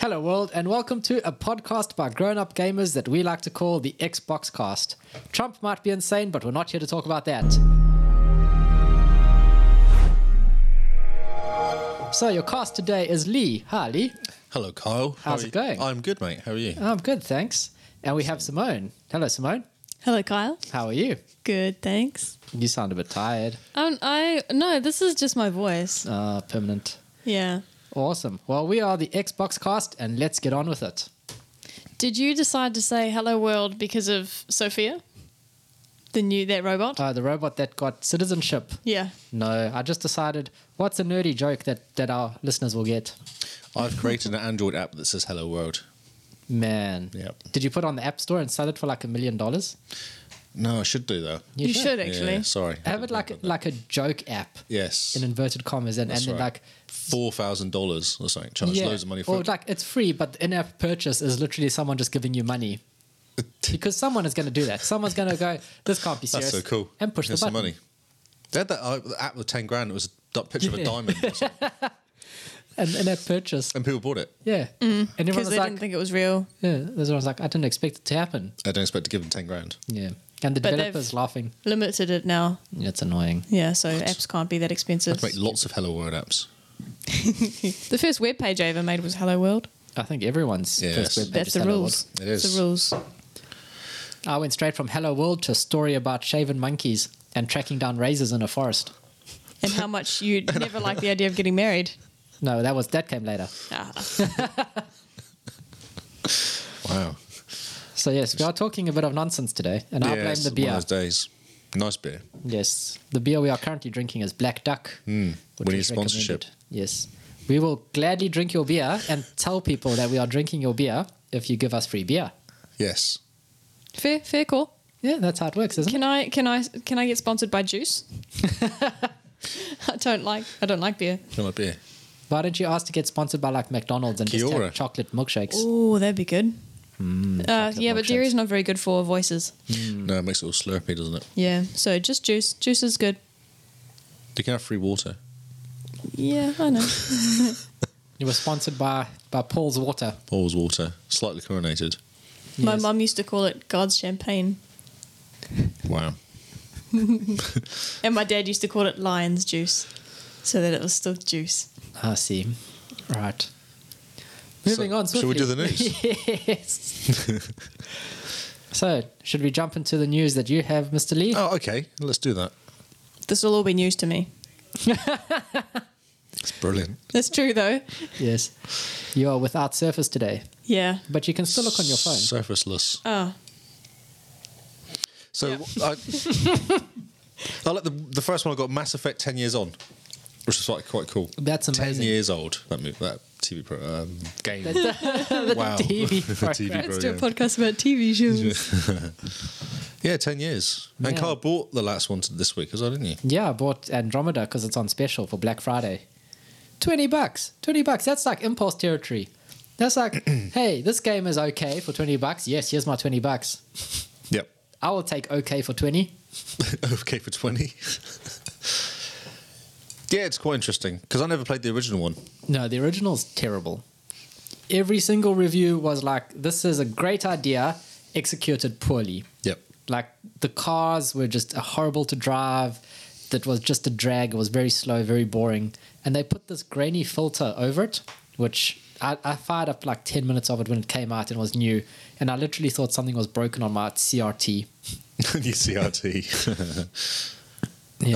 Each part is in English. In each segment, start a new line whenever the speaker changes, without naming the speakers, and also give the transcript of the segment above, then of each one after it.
Hello, world, and welcome to a podcast by grown up gamers that we like to call the Xbox Cast. Trump might be insane, but we're not here to talk about that. So, your cast today is Lee. Hi, Lee.
Hello, Kyle. How
How's
are
it
you?
going?
I'm good, mate. How are you?
I'm good, thanks. And we have Simone. Hello, Simone.
Hello, Kyle.
How are you?
Good, thanks.
You sound a bit tired.
Um, I no, this is just my voice.
Uh, permanent.
Yeah.
Awesome. Well, we are the Xbox Cast, and let's get on with it.
Did you decide to say hello world because of Sophia, the new that robot?
Uh, the robot that got citizenship.
yeah.
No, I just decided what's a nerdy joke that, that our listeners will get?
I've created an Android app that says Hello World.
Man.
Yep.
Did you put it on the App Store and sell it for like a million dollars?
No, I should do that.
You, should, actually.
Yeah, sorry.
Have it like like a joke app
yes,
in inverted commas and, and
That's
then
right.
like
four thousand dollars or something. Charge
yeah,
loads of money for
or
it.
like it's free, but the in-app purchase is literally someone just giving you money. Because someone is going to do that. Someone's going to go, this can't be serious.
That's so cool.
And push
Here's
the
some
button.
money. They had that uh, the app with ten grand. It was a d- picture of
Yeah.
a diamond, or something,
And in-app purchase.
and people bought it.
Yeah. And everyone
Because
was
Mm. they
like,
didn't think it was real.
yeah, everyone's like, I didn't expect it to happen.
I don't expect to give them ten grand.
Yeah. And the
But they've-
developer's laughing.
Limited it now.
Yeah, it's annoying.
Yeah, so apps can't be that expensive.
I'd make lots of Hello World apps.
The first web page I ever made was Hello World.
I think everyone's
Yes.
first web page
That's
is
the
Hello
rules.
It
It's
is.
the rules.
World. I went straight from Hello World to a story about shaven monkeys and tracking down razors in a forest.
And how much you never like the idea of getting married.
No, that was that came later.
Ah.
Wow.
So yes, we are talking a bit of nonsense today, and I
Yeah,
blame
it's
the
One
beer.
of those days. Nice beer.
Yes, the beer we are currently drinking is Black Duck. which
Hmm, We need
is
sponsorship.
recommended. Yes, we will gladly drink your beer and tell people that we are drinking your beer if you give us free beer.
Yes.
Fair, fair call.
Yeah, that's how it works, isn't
Can I can I can I get sponsored by juice? I don't like I don't like beer.
Not like beer.
it? Why don't you ask to get sponsored by like McDonald's and just
Kia ora.
have chocolate milkshakes?
Oh, that'd be good.
Mm,
uh, yeah, but
milkshakes.
dairy's not very good for voices.
Hmm.
No, it makes it all slurpy, doesn't it?
Yeah, so just juice. Juice is good.
You can have free water.
Yeah, I know.
You were sponsored by by Paul's Water.
Paul's water, slightly chlorinated.
My
Yes.
mum used to call it God's champagne,
Wow.
and my dad used to call it lion's juice, so that it was still juice.
I see. Ah, Right. Moving
So,
on.
shall we do the
swiftly. yes. so, should we jump into the news that you have, Mr. Lee?
Oh, okay. Let's do that.
This will all be news to me.
It's brilliant.
That's true though.
Yes. You are without Surface today,
Yeah.
but you can still look on your phone.
Surfaceless.
Oh,
So I, I like the the first one. I got Mass Effect ten years on, which is like quite cool.
That's
Ten
amazing.
years old. That movie, that TV pro, um, game. wow.
TV
The
program.
TV
let's do a
program.
podcast about TV shows.
Yeah, ten years.
Man.
And Carl bought the last one to this week as well, didn't you?
Yeah, I bought Andromeda because it's on special for Black Friday. 20 bucks. 20 bucks. That's like impulse territory. That's like, hey, this game is okay for 20 bucks. Yes, here's my 20 bucks.
Yep.
I will take okay for 20.
okay for twenty. yeah, it's quite interesting because I never played the original one.
No, the original's terrible. Every single review was like, this is a great idea, executed poorly.
Yep.
Like, the cars were just horrible to drive. That was just a drag. It was very slow, very boring. And they put this grainy filter over it, which I, I fired up like 10 minutes of it when it came out and was new. And I literally thought something was broken on my CRT.
Your CRT.
Yeah.
How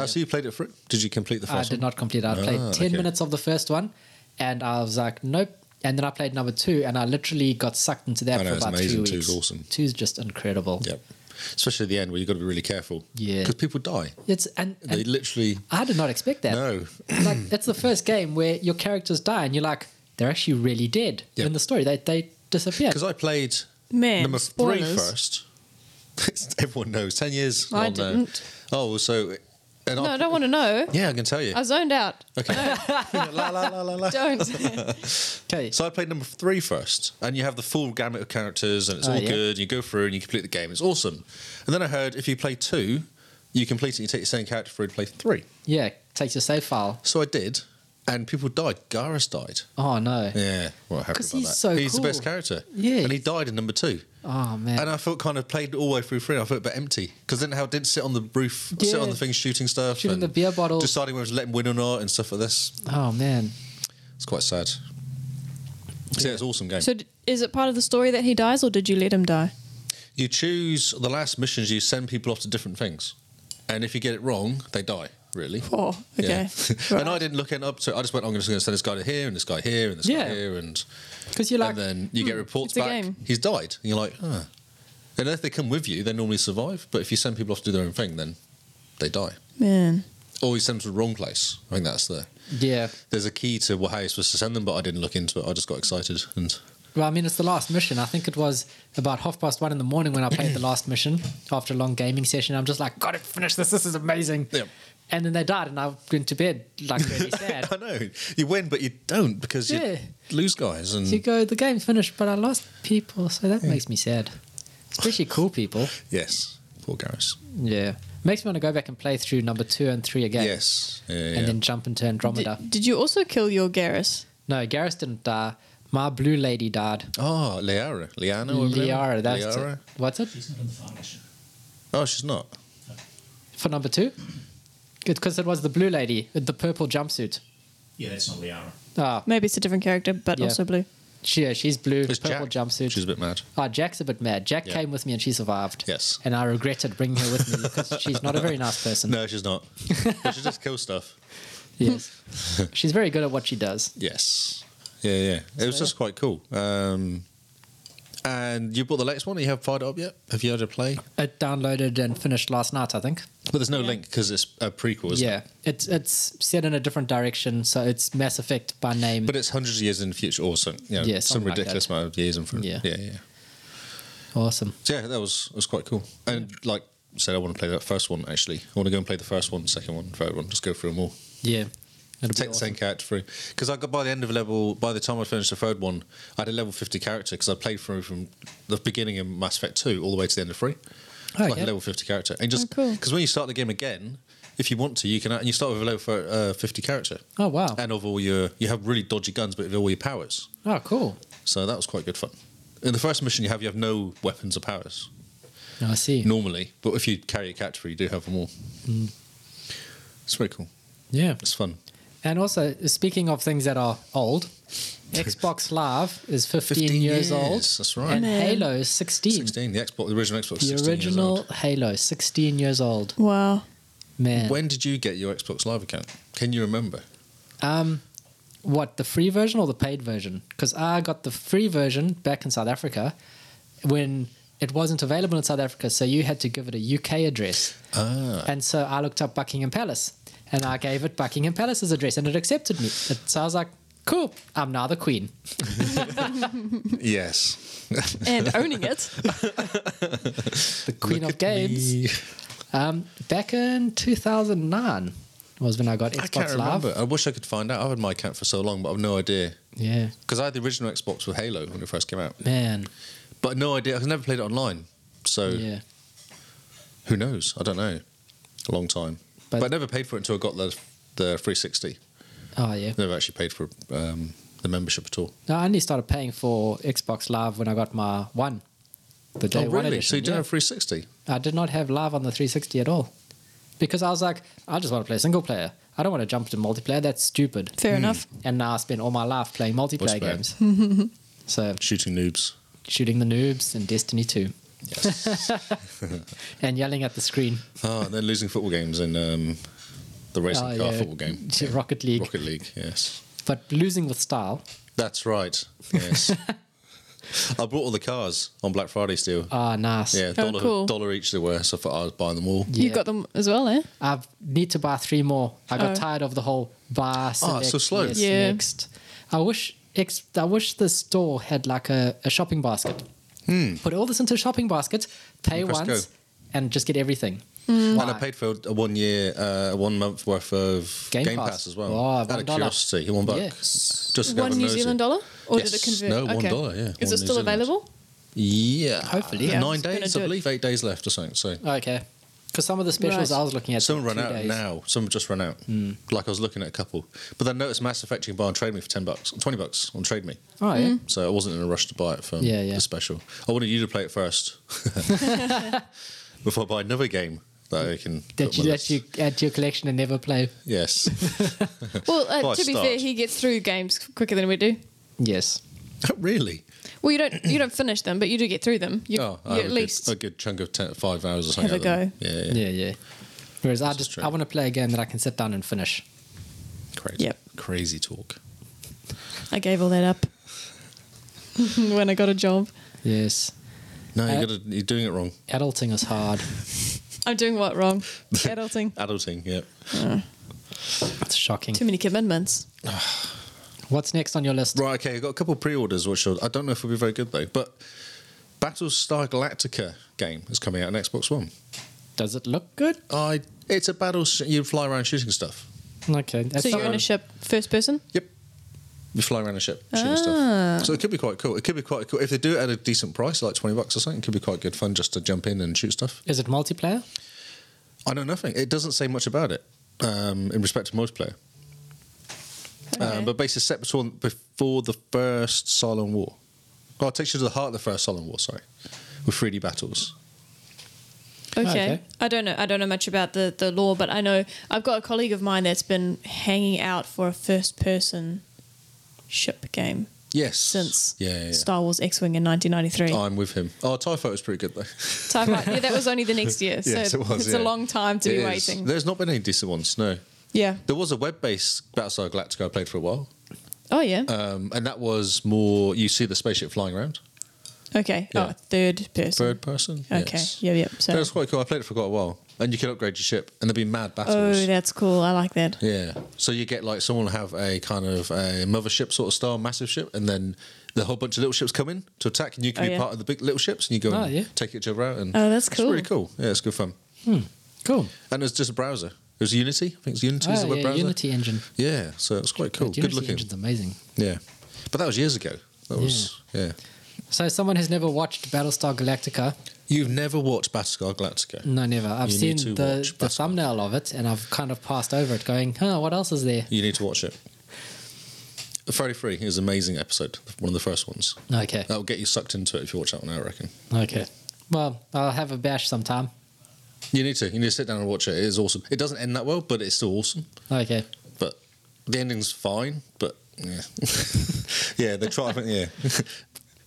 Oh, so you played it through? Did you complete the
I
first
did not complete it. I played
Ah,
10
okay.
minutes of the first one and I was like, nope. And then I played number two and I literally got sucked into that
I know,
for
it's
about three
amazing.
weeks.
Two's awesome.
Two's just incredible.
Yep. Especially at the end where you've got to be really careful.
Yeah.
Because people die.
It's and,
They
and
literally.
I did not expect that.
No.
like it's the first game where your characters die and you're like, they're actually really dead
Yeah.
in the story. They they disappear.
Because I played
Man,
number three
spoilers.
first. Everyone knows. 10 years.
I
on there.
didn't.
Oh, well, so. And
No, I don't want to know.
Yeah, I can tell you.
I zoned out.
Okay. la, la, la, la, la.
Don't.
Okay.
So I played number three first, and you have the full gamut of characters, and it's
Oh,
all
yeah.
good. You go through and you complete the game. It's awesome. And then I heard if you play two, you complete it. You take the same character through to play three.
Yeah, takes your save file.
So I did, and people died. Garrus died.
Oh no.
Yeah, well, happy
'Cause
about
he's
that.
so
he's the best
cool.
character.
Yeah.
and he died in number two.
Oh man.
And I felt kind of played all the way through three. and I felt a bit empty because then how did sit on the roof, sit
Yeah.
on the thing, shooting stuff,
Shooting
and
the beer bottles.
deciding whether to let him win or not, and stuff like this.
oh man.
It's quite sad. So yeah, it's an awesome game.
So, d- is it part of the story that he dies, or did you let him die?
you choose the last missions. You send people off to different things, and if you get it wrong, they die. Really.
Oh, okay.
Yeah. and I didn't look it up, so I just went. I'm just going to send this guy to here, and this guy here, and this
Yeah.
guy here, and
Because you're like hmm,
and then you get reports
it's a
back.
game.
He's died. And you're like, ah. And if they come with you, they normally survive. But if you send people off to do their own thing, then they die.
Man.
Or you send them to the wrong place. I think that's the.
yeah.
There's a key to wh- how you're supposed to send them, but I didn't look into it. I just got excited and
Well, I mean, it's the last mission. I think it was about half past one in the morning when I played the last mission after a long gaming session. I'm just like, got to finish this. This is amazing.
Yep.
And then they died, and I went to bed like really sad.
I know you win, but you don't because you
Yeah.
lose guys. And
so you go, the game's finished, but I lost people, so that makes me sad. Especially cool people.
yes, poor Garrus.
Yeah. Makes me want to go back and play through number two and three again.
Yes, yeah, yeah.
And then jump into
Did,
Andromeda.
did you also kill your Garrus?
no, Garrus didn't die. My blue lady died.
oh, Liara, Liana, or whatever.
Liara, that's it.
Oh, Liara.
What's it?
He's not in the final mission.
Oh, she's not.
For number two? Because it was the blue lady, with the purple jumpsuit.
Yeah, that's not Liara.
Ah,
Maybe it's a different character, but
Yeah.
also blue.
She, yeah, she's blue,
It's
purple
Jack.
jumpsuit.
She's a bit mad.
Oh, Jack's a bit mad. Jack
Yeah.
came with me and she survived.
Yes.
And I regretted bringing her with me because she's not a very nice person.
No, she's not. but she just kills stuff.
Yes. she's very good at what she does.
Yes. Yeah, yeah. It was
So,
just quite cool. Um, and you bought the latest one? You haven't fired it up yet? Have you had a play?
It downloaded and finished last night, I think.
But there's no link because it's a prequel, isn't
yeah. It's
it?
it's set in a different direction, so it's Mass Effect by name.
But it's hundreds of years in the future or something. You know,
Yeah,
some
something like
ridiculous
that.
amount of years in front.
Yeah.
Yeah, yeah.
awesome.
So, yeah, that was was quite cool. And like I said, I want to play that first one actually. I want to go and play the first one, second one, third one. Just go through them all.
Yeah. It'll be
Take the
awesome.
same character through. Because I got by the end of a level, by the time I finished the third one, I had a level 50 character because I played through from the beginning of Mass Effect 2 all the way to the end of 3.
Oh,
like
yeah.
a level 50 character. And just
Oh, cool.
because when you start the game again, if you want to, you can, and you start with a level for, uh, 50 character.
Oh, wow.
And of all your, you have really dodgy guns, but with all your powers.
Oh, cool.
So that was quite good fun. In the first mission you have, you have no weapons or powers
Oh, I see.
normally, but if you carry a character, you do have them all.
Hmm.
It's very cool.
Yeah.
It's fun.
And also, speaking of things that are old, Xbox Live is 15,
15
years, old.
years, that's right.
And
Man.
Halo is 16.
16, the Xbox, the original Xbox.
The
16 years
original
old.
Halo, 16 years old.
Wow.
Man.
When did you get your Xbox Live account? Can you remember?
Um, what, the free version or the paid version? Because I got the free version back in South Africa when it wasn't available in South Africa, so you had to give it a UK address.
Ah,
And so I looked up Buckingham Palace and I gave it Buckingham Palace's address and it accepted me. It, so I was like, cool, I'm now the queen.
yes.
And owning it.
The queen
Look
of
at
games.
me.
Um, back in 2009 was when I got Xbox
I can't
Live.
remember. I wish I could find out. I've had my account for so long, but I've no idea.
Yeah,
Because I had the original Xbox with Halo when it first came out,
man.
but no idea. I never played it online, so
Yeah,
who knows? I don't know. A long time,
But-
but, I never paid for it until I got the the 360.
oh yeah.
Never actually paid for um, the membership at all.
No, I only started paying for Xbox Live when I got my one. The day
oh,
one
really?
edition.
So you
yeah.
didn't have 360?
I did not have Live on the 360 at all, because I was like, I just want to play single player. I don't want to jump to multiplayer. That's stupid.
Fair
Hmm.
enough.
And now I spend all my life playing multiplayer
fair.
games. so
Shooting noobs.
shooting the noobs and Destiny 2
Yes.
and yelling at the screen.
oh, and then losing football games in um, the racing
Oh,
car
yeah.
football game,
Rocket League,
Rocket League. Yes.
but losing with style.
That's right. Yes. I bought all the cars on Black Friday still.
Ah, nice.
Yeah,
Oh,
dollar,
cool.
dollar each they were, so I thought I was buying them all.
Yeah.
You got them as well, eh?
I need to buy three more. I got
Oh.
tired of the whole buy select,
Oh, so slow.
yes,
Yeah.
next. I wish ex- I wish the store had like a, a shopping basket. Put all this into a shopping basket, pay
Hmm. And press
once,
go.
and just get everything.
Hmm.
And I paid for a one year, uh, one month worth of
Game
Game,
Pass.
Pass. as well.
Oh,
out
one
of
dollar.
curiosity, one buck.
Yes.
Just to have
One
a
New
nosy.
Zealand dollar? Or did it
Yes.
convert?
No, one
okay.
dollar, yeah,
Is
one
it
New
still
Zealand.
available?
Yeah,
Hopefully.
Yeah, I
nine
was gonna
days,
do
I
it.
believe. Eight days left or something. So
Okay. Because some of the specials
Right.
I was looking at,
Some
took
run
two
out
days. Hmm.
now. Some just run out. Like I was looking at a couple, but then noticed Mass Effect you can buy on Trade Me for ten bucks, twenty bucks on Trade Me.
Oh
Hmm.
yeah.
So I wasn't in a rush to buy it for
Yeah, yeah.
the special. I wanted you to play it first before I buy another game that I can. put
That
on my
you that
list.
you add to your collection and never play.
Yes.
Well,
Well,
uh,
I
to be
start.
fair, he gets through games quicker than we do.
Yes.
really?
Well, you don't you don't finish them, but you do get through them. You,
Oh, I
you
have
at
a
least.
good, a good chunk of ten, five hours or something.
Have a
out of them. Yeah, yeah,
Yeah, yeah. Whereas I just
true.
I want to play a game that I can sit down and finish.
Crazy.
Yep.
Crazy talk.
I gave all that up when I got a job.
Yes.
No, you
Uh,
gotta, you're doing it wrong.
Adulting is hard.
I'm doing what wrong? Adulting.
Adulting, yeah.
It's shocking.
Too many commitments.
What's next on your list?
Right, okay, I've got a couple pre orders, which are- I don't know if will be very good though, but Battlestar Galactica game is coming out on Xbox One.
Does it look good?
I It's a battle, sh- you fly around shooting stuff.
Okay.
so you're in a
not-
ship, first person.
Yep. You fly around a ship, shooting
Ah.
stuff. So it could be quite cool. It could be quite cool. If they do it at a decent price, like 20 bucks or something, it could be quite good fun just to jump in and shoot stuff.
Is it multiplayer?
I know nothing. It doesn't say much about it um, in respect to multiplayer. Um,
Okay.
Uh, but basically, set before, before the first Cylon War. Well, it takes you to the heart of the first Cylon War, sorry, with 3D battles.
Okay.
Okay.
I don't know. I don't know much about the the law, but I know I've got a colleague of mine that's been hanging out for a first person ship game
Yes.
since
Yeah, yeah, yeah.
Star Wars X Wing in 1993.
I'm with him. Oh, TIE Fighter was pretty good, though.
Type right. Yeah, that was only the next year, so
Yes, it was,
it's
yeah.
a long time to
It
be
is.
waiting.
There's not been any decent ones, no.
Yeah.
There was a web based Battlestar Galactica I played for a while,
Oh yeah.
um, and that was more you see the spaceship flying around,
okay.
yeah.
Oh, third person.
third person.
okay.
Yes.
Yeah. Yep.
That
So.
was quite cool. I played it for quite a while, and you could upgrade your ship, and there'd be mad battles.
Oh, that's cool. I like that.
Yeah. So you get like someone have a kind of a mothership sort of style, massive ship, and then the whole bunch of little ships come in to attack, and you can
Oh,
be
yeah.
part of the big little ships, and you go
Oh,
and
yeah.
take each other out. And
Oh, that's
It's
cool.
pretty cool. Yeah, it's good fun.
Cool.
And it's just a browser. It was Unity. I think it's Unity is
Ah,
the web
yeah,
browser.
Unity engine.
Yeah. So it's quite cool.
Dude,
good
Unity
looking.
engine's amazing.
Yeah. But that was years ago. That was yeah.
So someone who's never watched Battlestar Galactica.
You've never watched Battlestar Galactica.
No, never. I've
You
seen
need to watch
the, the
Battlestar.
thumbnail of it and I've kind of passed over it going, huh, what else is there?
You need to watch it. Friday Free is an amazing episode. One of the first ones.
Okay.
That'll get you sucked into it if you watch that one. I reckon.
Okay. Well, I'll have a bash sometime.
You need to. You need to sit down and watch it. It is awesome. It doesn't end that well, but it's still awesome.
Okay.
But the ending's fine. But yeah, yeah, they try. I think, yeah,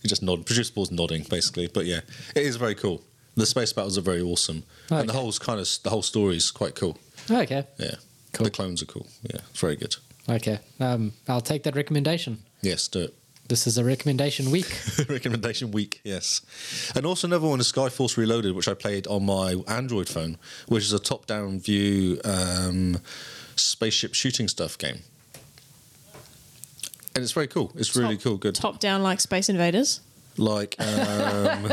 you just nod. Producer Paul's nodding basically. But yeah, it is very cool. The space battles are very awesome, and the
Okay.
whole kind of the whole story is quite cool.
Okay.
Yeah,
Cool.
the clones are cool. Yeah, it's very good.
Okay. Um, I'll take that recommendation.
Yes, do it.
This is a recommendation week.
recommendation week. Yes, and also another one is Skyforce Reloaded, which I played on my Android phone, which is a top-down view um, spaceship shooting stuff game, and it's very cool. It's really
Top-
cool. Good,
Top down like Space Invaders.
like um,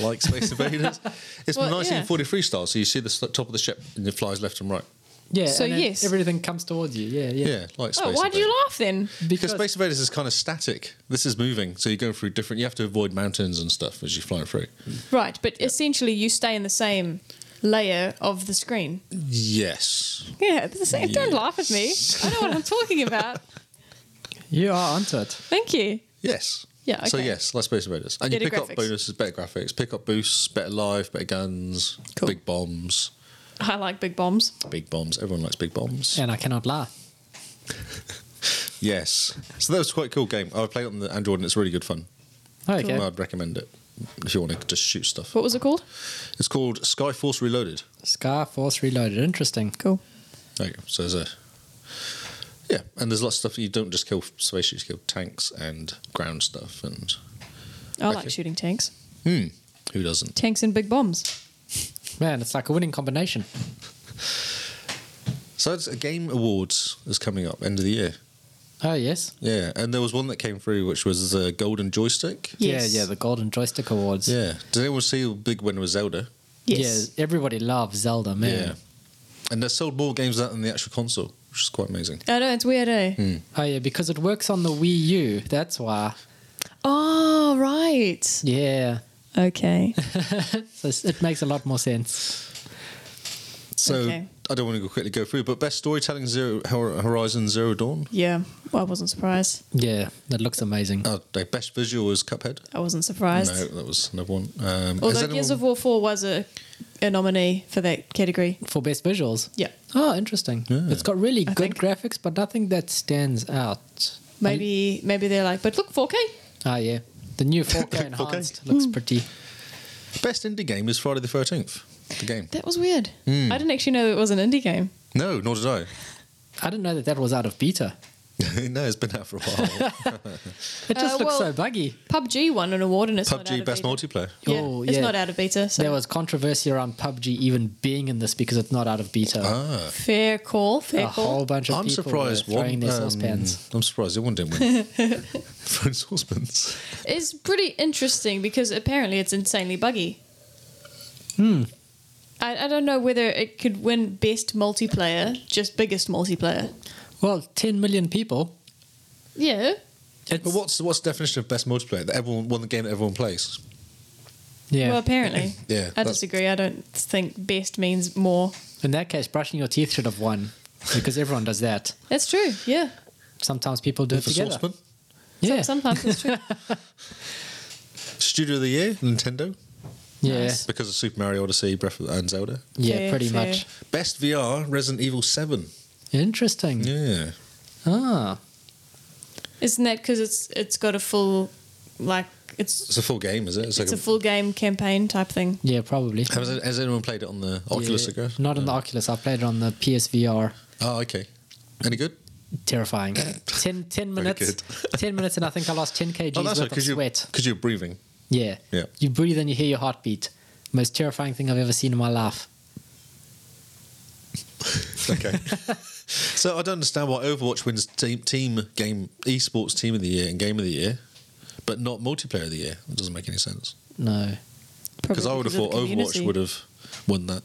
like Space Invaders. It's
Well, yeah.
1943 style, so you see the s- top of the ship and it flies left and right.
Yeah.
So
and then
yes.
everything comes towards you. Yeah. Yeah.
Yeah, like Space
oh, why do
Invaders.
you laugh then?
Because Space Invaders is kind of static. This is moving, so you're going through different. You have to avoid mountains and stuff as you're flying through.
Right, but essentially you stay in the same layer of the screen.
Yes,
Yeah, it's the same. Don't laugh at me. I know what I'm talking about.
you are onto it.
Thank you.
Yes.
Yeah,
So
okay.
yes, let's space invaders. And
Better
you pick up
graphics.
bonuses, better graphics, pick up boosts, better life, better guns,
Cool.
big bombs,
I like big bombs.
big bombs. Everyone likes big bombs.
And I cannot lie.
Yes. So that was quite a cool game. I played it on the Android and it's really good fun.
Okay.
And I'd recommend it if you want to just shoot stuff.
What was it called?
It's called Skyforce Reloaded.
Scar Force Reloaded. Interesting.
Cool.
There you go. So there's a yeah, and there's lots of stuff you don't just kill spaceships, you kill tanks and ground stuff and
I like
Okay.
shooting tanks.
hmm, who doesn't?
Tanks and big bombs.
Man, it's like a winning combination.
So it's a game awards is coming up end of the year.
Oh, yes.
Yeah, and there was one that came through which was the golden joystick.
Yes.
Yeah, yeah, the Golden Joystick Awards.
Yeah. Did anyone see the big winner was Zelda?
Yes.
Yeah, everybody loves Zelda, man.
And they sold more games out than the actual console, which is quite amazing.
I know it's weird, eh?
Oh, yeah, because it works on the Wii U. That's why.
Oh right.
Yeah.
Okay.
So it's- it makes a lot more sense.
So
Okay.
I don't want to go quickly go through, but best storytelling Zero Hor- Horizon Zero Dawn.
Yeah, well, I wasn't surprised.
Yeah, that looks amazing.
Oh, no, best visual was Cuphead.
I wasn't
No,
surprised.
that was another one. Um,
Although
has anyone-
Gears of War 4 was a, a nominee for that category.
For best visuals.
Yeah.
Oh, interesting. It's got really
I
good
think-
graphics, but nothing that stands out.
Maybe maybe they're like, but look, 4K.
Ah, yeah. The new 4K
4K.
enhanced
Hmm.
looks pretty.
best indie game is Friday the Thirteenth. The game.
That was weird. I didn't actually know it was an indie game.
No, nor did I.
I didn't know that that was out of beta.
no, it's been out for a while.
It just
Uh,
looks
well-
so buggy.
PUBG won an award and it's not out
PUBG
of
best
beta.
multiplayer.
Yeah,
Oh,
it's
yeah.
not out of beta. So
There was controversy around PUBG even being in this because it's not out of beta.
Ah,
fair call,
a
fair
whole
call.
bunch of
I'm
people
surprised.
were throwing
one,
their
um,
saucepans.
I'm surprised everyone didn't win. Throwing saucepans.
It's pretty interesting because apparently it's insanely buggy. Hmm. I, I don't know whether it could win best multiplayer, just biggest multiplayer.
Well, 10 million people.
Yeah.
It's,
But what's what's the definition of best multiplayer? That everyone won the game that everyone plays.
yeah.
Well, apparently.
Yeah,
I
that's-
disagree. I don't think best means more.
in that case, brushing your teeth should have won because everyone does that.
That's true. Yeah.
Sometimes people do
With
it
a
together.
saucepan.
Yeah.
Sometimes it's true.
Studio of the year, Nintendo,
yeah.
Nice.
because of Super Mario Odyssey, Breath of and Zelda.
Yeah,
Fair,
pretty
fair.
much.
Best VR, Resident Evil Seven.
Interesting.
Yeah.
Ah.
Isn't that because it's it's got a full, like it's
It's a full game, is it? It's,
it's a full game campaign type thing.
Yeah, probably.
Has, has anyone played it on the Oculus?
Yeah.
I guess?
Not on the Oculus. I played it on the PSVR.
Oh, okay. Any good?
Terrifying. 10, 10
Very Oh,
minutes. 10 minutes, and I think I lost 10 kgs worth of
because you
sweat.
because you're breathing.
Yeah.
Yeah.
You breathe and you hear your heartbeat. Most terrifying thing I've ever seen in my life.
Okay. so I don't understand why Overwatch wins team team game esports team of the year and game of the year, but not multiplayer of the year. It doesn't make any sense
No.
because I would have thought Overwatch would have won that.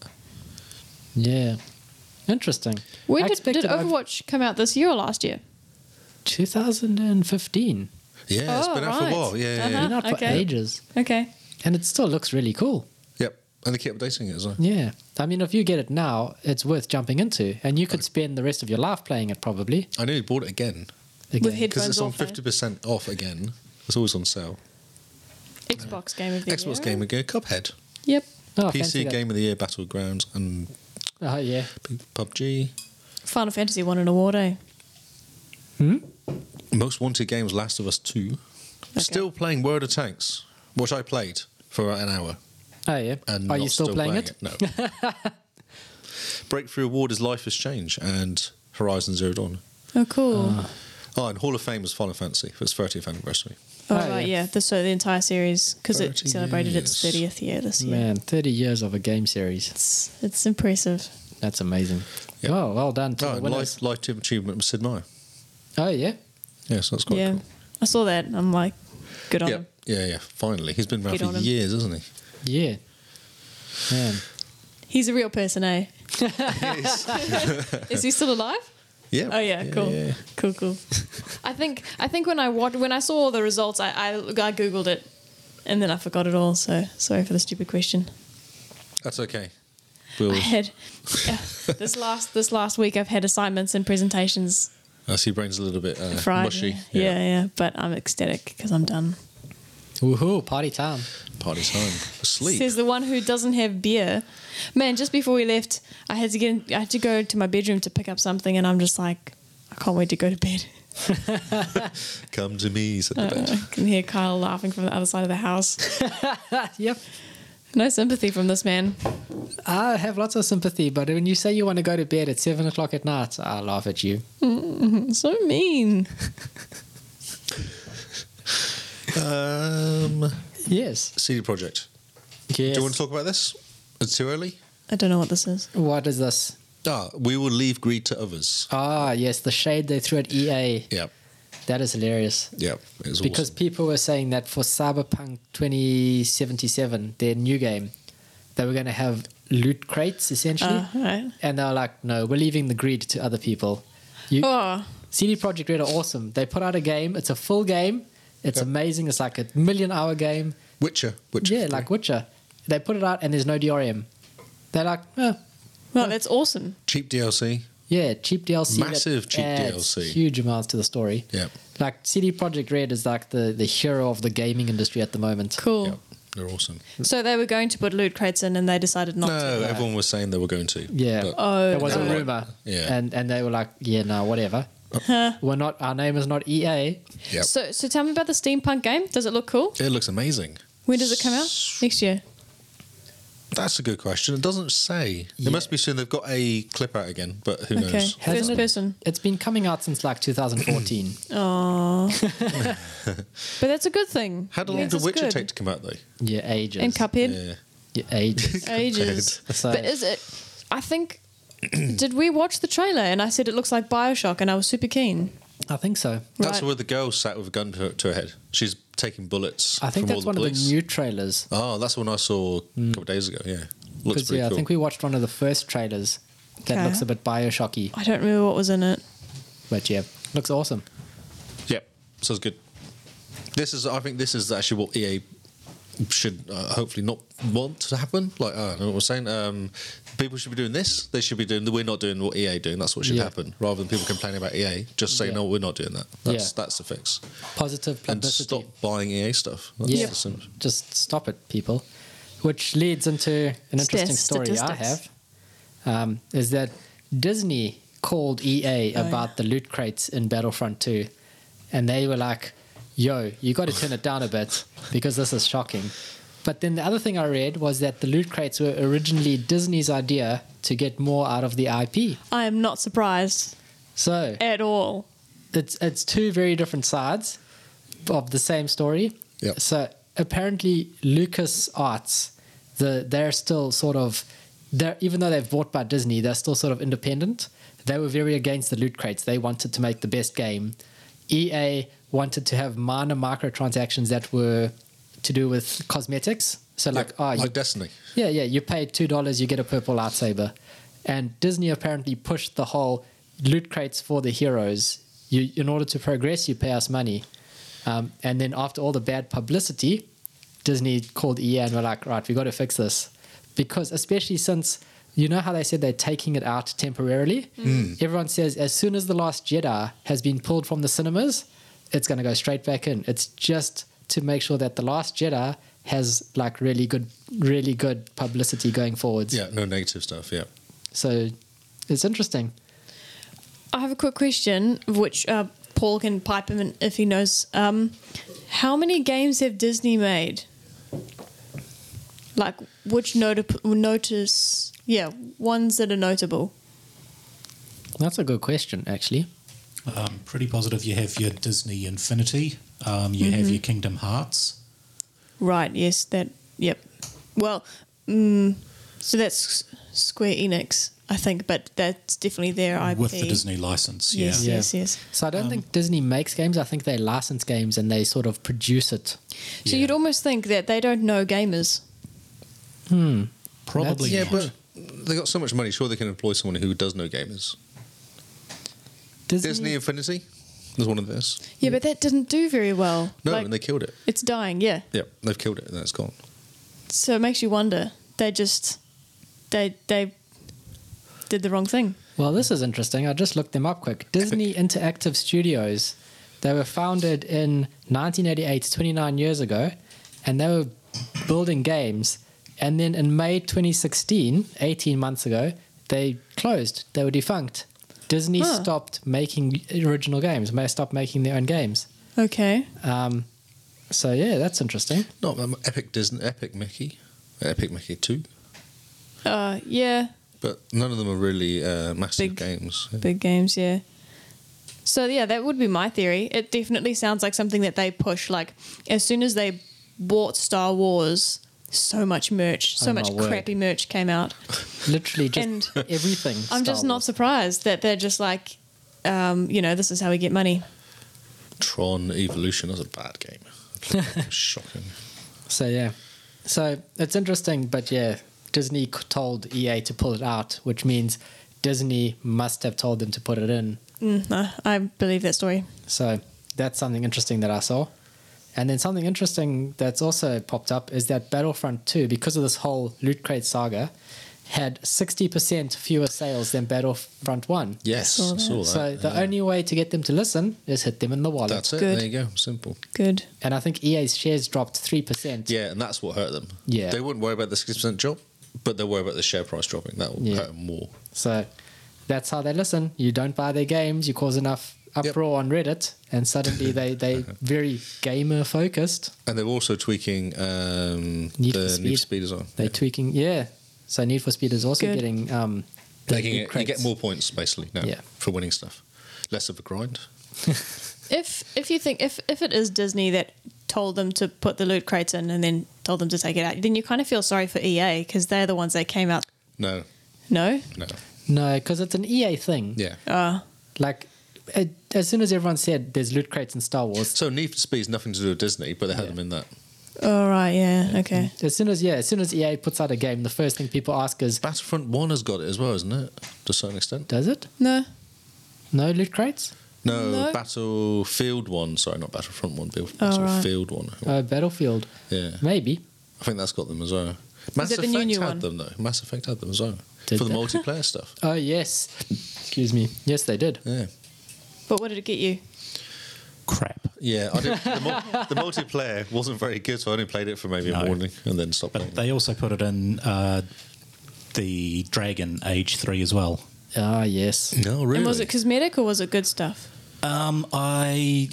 Yeah. Interesting.
When
I
did, did
expected I'd-
Overwatch come out this year or last year?
2015.
Yeah, it's
Oh,
been out for
right.
a while. Yeah, yeah,
Uh-huh.
yeah.
Been out for
okay.
ages.
Okay.
And it still looks really cool.
Yep. And they keep updating it as well.
Yeah. I mean, if you get it now, it's worth jumping into. And you could spend the rest of your life playing it, probably.
I nearly bought it again
Again.
head-
because
Headphones
it's on
off, eh?
fifty percent off again. It's always on sale.
Xbox Game of the Year.
Xbox Game of the Year, Cuphead,
Yep.
Oh, fancy
PC
that.
Game of the Year, Battlegrounds, and
Oh, yeah.
P- PUBG.
Final Fantasy won an award, eh?
Most wanted games: Last of Us Two.
Okay.
Still playing World of Tanks, which I played for an hour.
Oh, yeah.
And
Are
not
you still, playing, it?
No. Breakthrough award is Life is Change and Horizon Zero Dawn.
Oh, cool.
Oh, and Hall of Fame is Final Fantasy for its 30th anniversary.
Oh,
oh, right,
yeah.
yeah. The, so the entire series, because it
30
celebrated its
years.
30th year this year.
Man, 30 years of a game series.
It's, it's impressive.
That's amazing.
Yeah.
Oh, well done to
Oh,
the
and
winners.
Life, Lifetime Achievement with Sid Meier.
Oh, yeah.
Yeah, so that's quite
yeah.
cool.
I saw that. and I'm like, good on
Yeah,
him.
yeah, yeah. Finally, he's been around
Good on
for
him.
years, hasn't he?
Yeah. Man.
He's a real person, eh? Is he still alive?
Yeah.
Oh yeah, cool,
yeah.
cool, cool. I think I think when I wat- when I saw the results, I, I I googled it, and then I forgot it all. So sorry for the stupid question.
That's okay. We'll,
I had yeah, this last this last week. I've had assignments and presentations
I see brain's a little bit uh,
Friday.
mushy.
Yeah. yeah, but I'm ecstatic because I'm done.
Woohoo, party time.
Party time. Sleep.
Says the one who doesn't have beer. Man, just before we left, I had to get in, I had to go to my bedroom to pick up something, and I'm just like, I can't wait to go to bed.
Come to me, said the
Uh,
bed.
I can hear Kyle laughing from the other side of the house.
Yep.
No sympathy from this man.
I have lots of sympathy, but when you say you want to go to bed at seven o'clock at night, I laugh at you.
So mean.
Um,
Yes.
CD Project.
Yes.
Do you want to talk about this? It's too early.
I don't know what this is.
what is this?
Ah, we will leave greed to others.
Ah, yes, the shade they threw at EA.
Yep.
That is hilarious.
Yep. It was
Because
awesome.
people were saying that for Cyberpunk 2077, their new game, they were going to have loot crates essentially.
Uh, right.
And they were like, no, we're leaving the greed to other people. You,
Oh,
CD Projekt Red are awesome. They put out a game, it's a full game, it's amazing. It's like a million hour game.
Witcher. Witcher.
yeah, like Witcher. They put it out and there's no DRM. They're like, eh,
Well, that's awesome.
Cheap DLC.
Yeah, cheap DLC. that
Massive cheap
adds
DLC.
Huge amounts to the story.
Yeah.
Like CD Projekt Red is like the, the hero of the gaming industry at the moment.
Cool.
Yeah. They're awesome.
So they were going to put loot crates in, and they decided not to.
No, everyone was saying they were going to.
Yeah.
but-
Oh,
It was a
no.
rumor.
Yeah.
And and they were like, yeah, no, whatever. We're not. Our name is not E EA.
Yep.
So, so tell me about the steampunk game. Does it look cool?
it looks amazing.
When does it come out? Next year.
That's a good question. It doesn't say.
Yeah.
It must be soon. They've got a clip out again, but who
Okay.
knows?
Hasn't
First
it-
person.
It's been coming out since like 2014.
Oh. but that's a good thing.
How long
Yeah.
did The
It's
Witcher
good.
take to come out though?
yeah, ages.
And Cuphead.
Yeah.
Yeah, ages.
ages.
So-
but is it? I think. did we watch the trailer? And I said it looks like Bioshock, and I was super keen.
I think so.
That's
Right.
where the girl sat with a gun to her, to her head. She's taking bullets.
I think
from
that's
all
one
the
of
police.
the new trailers.
Oh, that's the one I saw a couple of days ago. Yeah, looks
Because
pretty
yeah, I
cool.
think we watched one of the first trailers that
Okay.
looks a bit Bioshocky,
I don't remember what was in it.
but yeah, looks awesome.
Yep, sounds good. This is, I think, this is actually what EA should uh, hopefully not want to happen. Like, uh, I know what I'm saying. Um, people should be doing this. They should be doing. We're not doing what EA doing. That's what should
Yeah.
happen. Rather than people complaining about EA, just say
Yeah.
no, we're not doing that. That's
Yeah.
that's the fix.
Positive
And
publicity.
stop buying EA stuff. That's
Yeah.
the simple-
Just stop it, people. Which leads into an interesting
Stas-
story I have.
statistics.
Um, is that Disney called EA
Oh,
about
yeah.
the loot crates in Battlefront 2, and they were like, yo, you got to turn it down a bit because this is shocking. But then the other thing I read was that the loot crates were originally Disney's idea to get more out of the IP.
I am not surprised
So
at all.
it's it's two very different sides of the same story.
Yep.
So apparently Lucas Arts, the they're still sort of they're even though they've bought by Disney, they're still sort of independent. They were very against the loot crates. They wanted to make the best game. EA wanted to have minor microtransactions that were to do with cosmetics. So like,
like,
oh, you
like Destiny.
yeah, yeah. You pay two dollars, you get a purple lightsaber. And Disney apparently pushed the whole loot crates for the heroes. You, in order to progress, you pay us money. Um, and then after all the bad publicity, Disney called EA and were like, right, we got to fix this, because especially since you know how they said they're taking it out temporarily. Mm. Everyone says as soon as the Last Jedi has been pulled from the cinemas, it's going to go straight back in. It's just to make sure that the Last Jedi has like really good, really good publicity going forwards.
Yeah, no negative stuff. Yeah,
So it's interesting.
I have a quick question, of which uh, Paul can pipe him in if he knows. Um, how many games have Disney made? Like, which notip- notice? Yeah, ones that are notable.
That's a good question, actually.
Um, pretty positive you have your Disney Infinity, um, you
Mm-hmm.
have your Kingdom Hearts.
Right. Yes. That. Yep. Well. Mm, so that's S- Square Enix, I think, but that's definitely their IP.
With the Disney license, yeah.
Yes.
Yeah.
Yes. Yes.
So I don't think Disney makes games. I think they license games and they sort of produce it.
So you'd almost think that they don't know gamers.
Probably
yeah,
not.
but they got so much money. Sure, they can employ someone who does know gamers. Disney Infinity was one of those.
Yeah, but that didn't do very well.
No,
Like,
and they killed it.
it's dying. Yeah.
Yeah, they've killed it, and that's gone.
So it makes you wonder. They just they they did the wrong thing.
Well, this is interesting. I just looked them up quick. Disney Interactive Studios. They were founded in 1988, 29 years ago, and they were building games. And then in May 2016, 18 months ago, they closed. They were defunct. Disney
Huh.
stopped making original games. They stopped making their own games.
Okay.
Um, so yeah, that's interesting.
No, um, Epic Disney, Epic Mickey, Epic Mickey Two,
Uh yeah,
but none of them are really uh, massive
Big.
games.
big games, yeah. So yeah, that would be my theory. It definitely sounds like something that they push like as soon as they bought Star Wars, so much merch, so
Oh, my
much
word.
crappy merch came out.
Literally just
And
everything.
I'm just
Star
not
Wars.
surprised that they're just like um, you know, this is how we get money.
Tron Evolution was a bad game. Shocking.
So yeah, so it's interesting, but yeah, Disney c- told EA to pull it out, which means Disney must have told them to put it in.
Mm, no, I believe that story.
So that's something interesting that I saw. And then something interesting that's also popped up is that Battlefront 2, because of this whole loot crate saga, had 60% fewer sales than Battlefront 1.
Yes,
Saw that.
saw that.
So the
yeah.
only way to get them to listen is hit them in the wallet.
that's it.
Good.
There you go. Simple.
Good.
and I think EA's shares dropped 3%.
Yeah, and that's what hurt them.
Yeah.
they wouldn't worry about the six percent drop, but they worry about the share price dropping. That will
Yeah.
hurt them more.
So that's how they listen. You don't buy their games, you cause enough uproar on Reddit, and suddenly they, they very gamer focused.
And they're also tweaking um,
Need for
the Need
Speed.
for Speed design.
They tweaking, yeah. So Need for Speed is also
Good.
getting um, the
Making
new
it, you
crates.
get more points basically now
Yeah.
for winning stuff. Less of a grind.
If if you think if if it is Disney that told them to put the loot crates in and then told them to take it out, then you kind of feel sorry for EA because they're the ones that came out.
No,
No.
no.
No, because it's an EA thing.
Yeah.
Uh,
Like, it, as soon as everyone said there's loot crates in Star Wars,
So Need for Speed is nothing to do with Disney, but they had them in that.
all Oh, right. Yeah. Okay.
as soon as yeah, as soon as EA puts out a game, the first thing people ask is,
Battlefront One has got it as well, isn't it? To a certain extent.
"Does it?
No.
No loot crates?
No,
No.
Battlefield One. Sorry, not Battlefront One. Bill-
Oh, right.
Battlefield One.
Uh, Battlefield?
Yeah,
Maybe.
I think that's got them as well. Mass
it the
Effect
new, new
had
one?
them though. Mass Effect had them as well
Did
for the
they?
multiplayer stuff.
Oh yes. Excuse me. Yes, they did.
Yeah,
But what did it get you?
Crap.
yeah. I didn't, the, mul- the multiplayer wasn't very good, so I only played it for maybe
No.
a morning and then stopped
But
playing.
they also put it in uh, the Dragon Age 3 as well.
Ah yes.
no, really.
And was it cosmetic or was it good stuff?
Um, I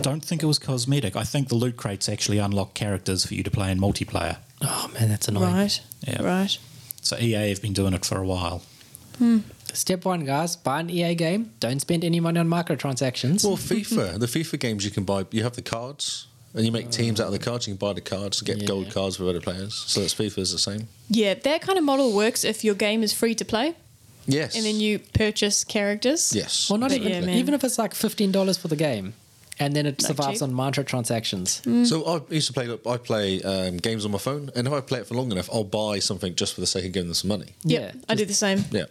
don't think it was cosmetic. I think the loot crates actually unlock characters for you to play in multiplayer.
Oh man, that's annoying.
Right.
Yeah.
Right.
So EA have been doing it for a while.
Step one, guys, buy an EA game. Don't spend any money on microtransactions.
Well, FIFA. the FIFA games you can buy. You have the cards, and you make teams out of the cards. You can buy the cards, get
Yeah.
gold cards for other players. So that's FIFA is the same.
Yeah, that kind of model works if your game is free to play
Yes.
and then you purchase characters.
Yes.
Well, not
But
even
yeah, man.
even if it's like fifteen dollars for the game, and then it
Not
survives
cheap. Hmm.
on microtransactions.
So I used to play. look, I play um, games on my phone, and if I play it for long enough, I'll buy something just for the sake of giving them some money.
Yep,
Yeah,
I do the same.
Yeah,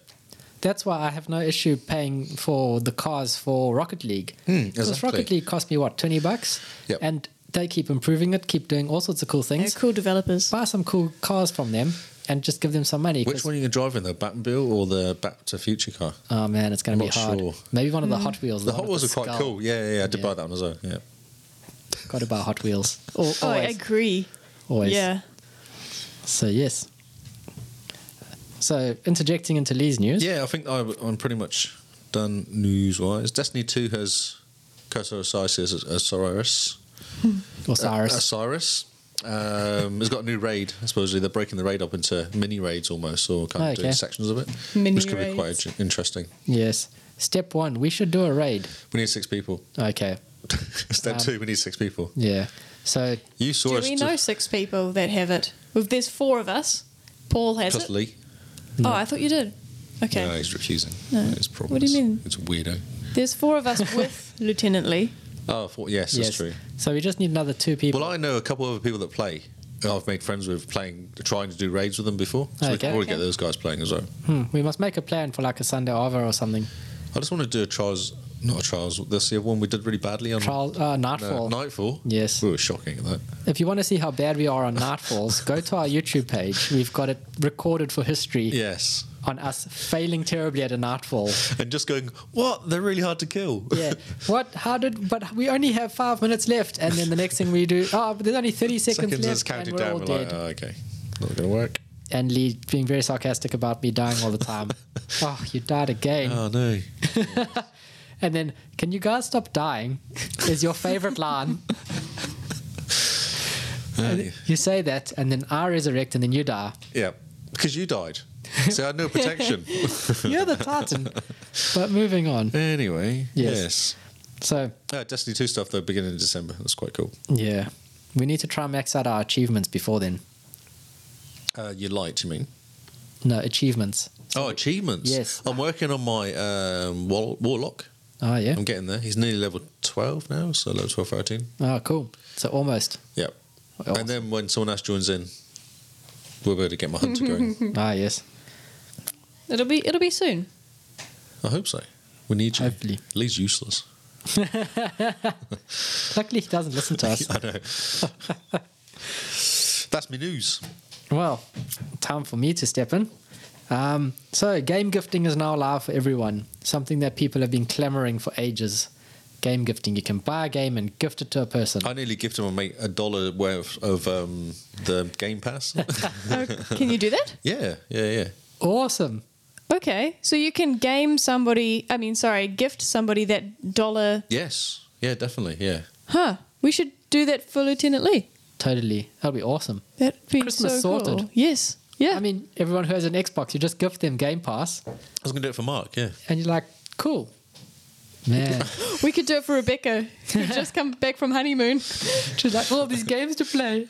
That's why I have no issue paying for the cars for Rocket League. Because
Hmm, exactly.
Rocket League cost me what twenty bucks,
Yep.
and they keep improving it, keep doing all sorts of cool
They're
things.
cool developers.
Buy some cool cars from them and just give them some money.
Which
'cause-
one are you driving, the Batmobile or the Back to Future car?
Oh man, it's going to
I'm
be
not
hard.
sure.
Maybe one of the
Hmm.
Hot Wheels.
The
one
Hot
with
Wheels
the
are quite
skull.
cool. Yeah, yeah, yeah. I did
Yeah.
buy that one as well. Yeah.
Got to buy Hot Wheels. Al-
Oh, I
always,
agree.
always.
Yeah.
So yes. So interjecting into Lee's news.
Yeah, I think I, I'm pretty much done news wise. Destiny 2 has Koto Osiris as Osiris. Uh,
Osiris.
Osiris. Um, it's got a new raid. Supposedly they're breaking the raid up into mini raids almost, or kind of doing
Okay.
sections of it,
Mini
which could be quite
raids.
in- interesting.
yes. Step one. We should do a raid.
We need six people.
Okay.
Step
Um,
two, we need six people.
Yeah. So
You saw
Do
us
we
do-
know six people that have it? Well, there's four of us. Paul has
plus
it.
Lee.
Oh, I thought you did. Okay.
No, he's refusing.
No.
That is problem.
What do you
It's-
mean?
It's a weirdo.
There's four of us with Lieutenant Lee.
Oh, I thought- yes,
yes.
that's true.
So we just need another two people.
Well, I know a couple of other people that play. that I've made friends with playing, trying to do raids with them before. So we
Okay.
can already get
Okay.
those guys playing as well.
Hmm, we must make a plan for like a Sunday over or something.
I just want to do a trials, not a trials. This year one we did really badly on
Trial uh,
Um, no,
Nightfall.
Nightfall.
Yes.
we were shocking at that.
If you want to see how bad we are on Nightfalls, go to our YouTube page. We've got it recorded for history
Yes,
on us failing terribly at a Nightfall.
and just going, what? They're really hard to kill.
Yeah. What? How did? But we only have five minutes left, and then the next thing we do, oh, but there's only thirty seconds,
Seconds is
left,
counting
and we're
down.
all
We're
dead.
like, oh, okay, not gonna work.
And Lee being very sarcastic about me dying all the time. oh, you died again.
Oh no.
and then, can you guys stop dying? Is your favorite line?
Uh,
You say that, and then I resurrect, and then you die.
yeah, because you died. So I had no protection.
You're the Titan. but moving on.
anyway,
Yes.
yes.
So
Uh, Destiny 2 stuff though, beginning of December. That's quite cool.
yeah, we need to try and max out our achievements before then.
Uh, you light, you mean?
No achievements.
oh, achievements.
Yes.
I'm working on my um, wall- Warlock.
Oh yeah.
I'm getting there. He's nearly level 12 now, so level 12, 13.
Oh cool. So almost.
Yep.
Well,
And then when someone else joins in, we'll be able to get my hunter going.
ah yes.
It'll be it'll be soon.
I hope so. We need you.
Hopefully.
Lee's useless.
Luckily, he doesn't listen to us.
I know. That's my news.
Well, time for me to step in. Um, so, game gifting is now allowed for everyone, something that people have been clamoring for ages. Game gifting. You can buy a game and gift it to a person.
I nearly gifted my mate a dollar worth of um, the Game Pass.
Oh, can you do that?
yeah, yeah, yeah.
Awesome.
Okay, so you can game somebody. I mean, sorry, gift somebody that dollar.
Yes, yeah, definitely, yeah.
Huh? We should do that for Lieutenant Lee.
Totally. That'll be awesome.
That'd be
Christmas
so
sorted.
cool. Yes. Yeah.
I mean, everyone who has an Xbox, you just gift them Game Pass,
I was gonna do it for Mark. Yeah,
and you're like, cool. Man.
we could do it for Rebecca. who just come back from honeymoon.
She's like, all these games to play.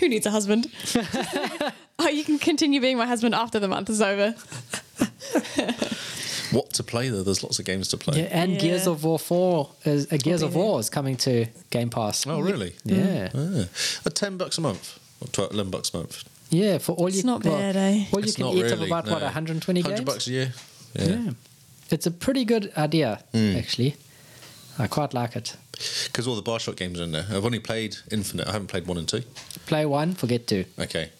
Who needs a husband? oh, you can continue being my husband after the month is over.
what to play though? There's lots of games to play.
Yeah, and
Yeah.
Gears of War 4 is uh, Gears
be
of
there.
War is coming to Game Pass.
Oh, really?
Yeah.
Ah, uh, ten bucks a month, or 12, eleven bucks a month.
Yeah, for all you
It's not bad, eh?
All you
It's
can
not
eat of
really,
about what
no.
120 games.
Hundred bucks a year.
Yeah.
Yeah, Mm.
It's a pretty good idea actually. I quite like it.
because all the Bioshock games are in there. I've only played Infinite. I haven't played one and two.
Play one, forget two.
Okay.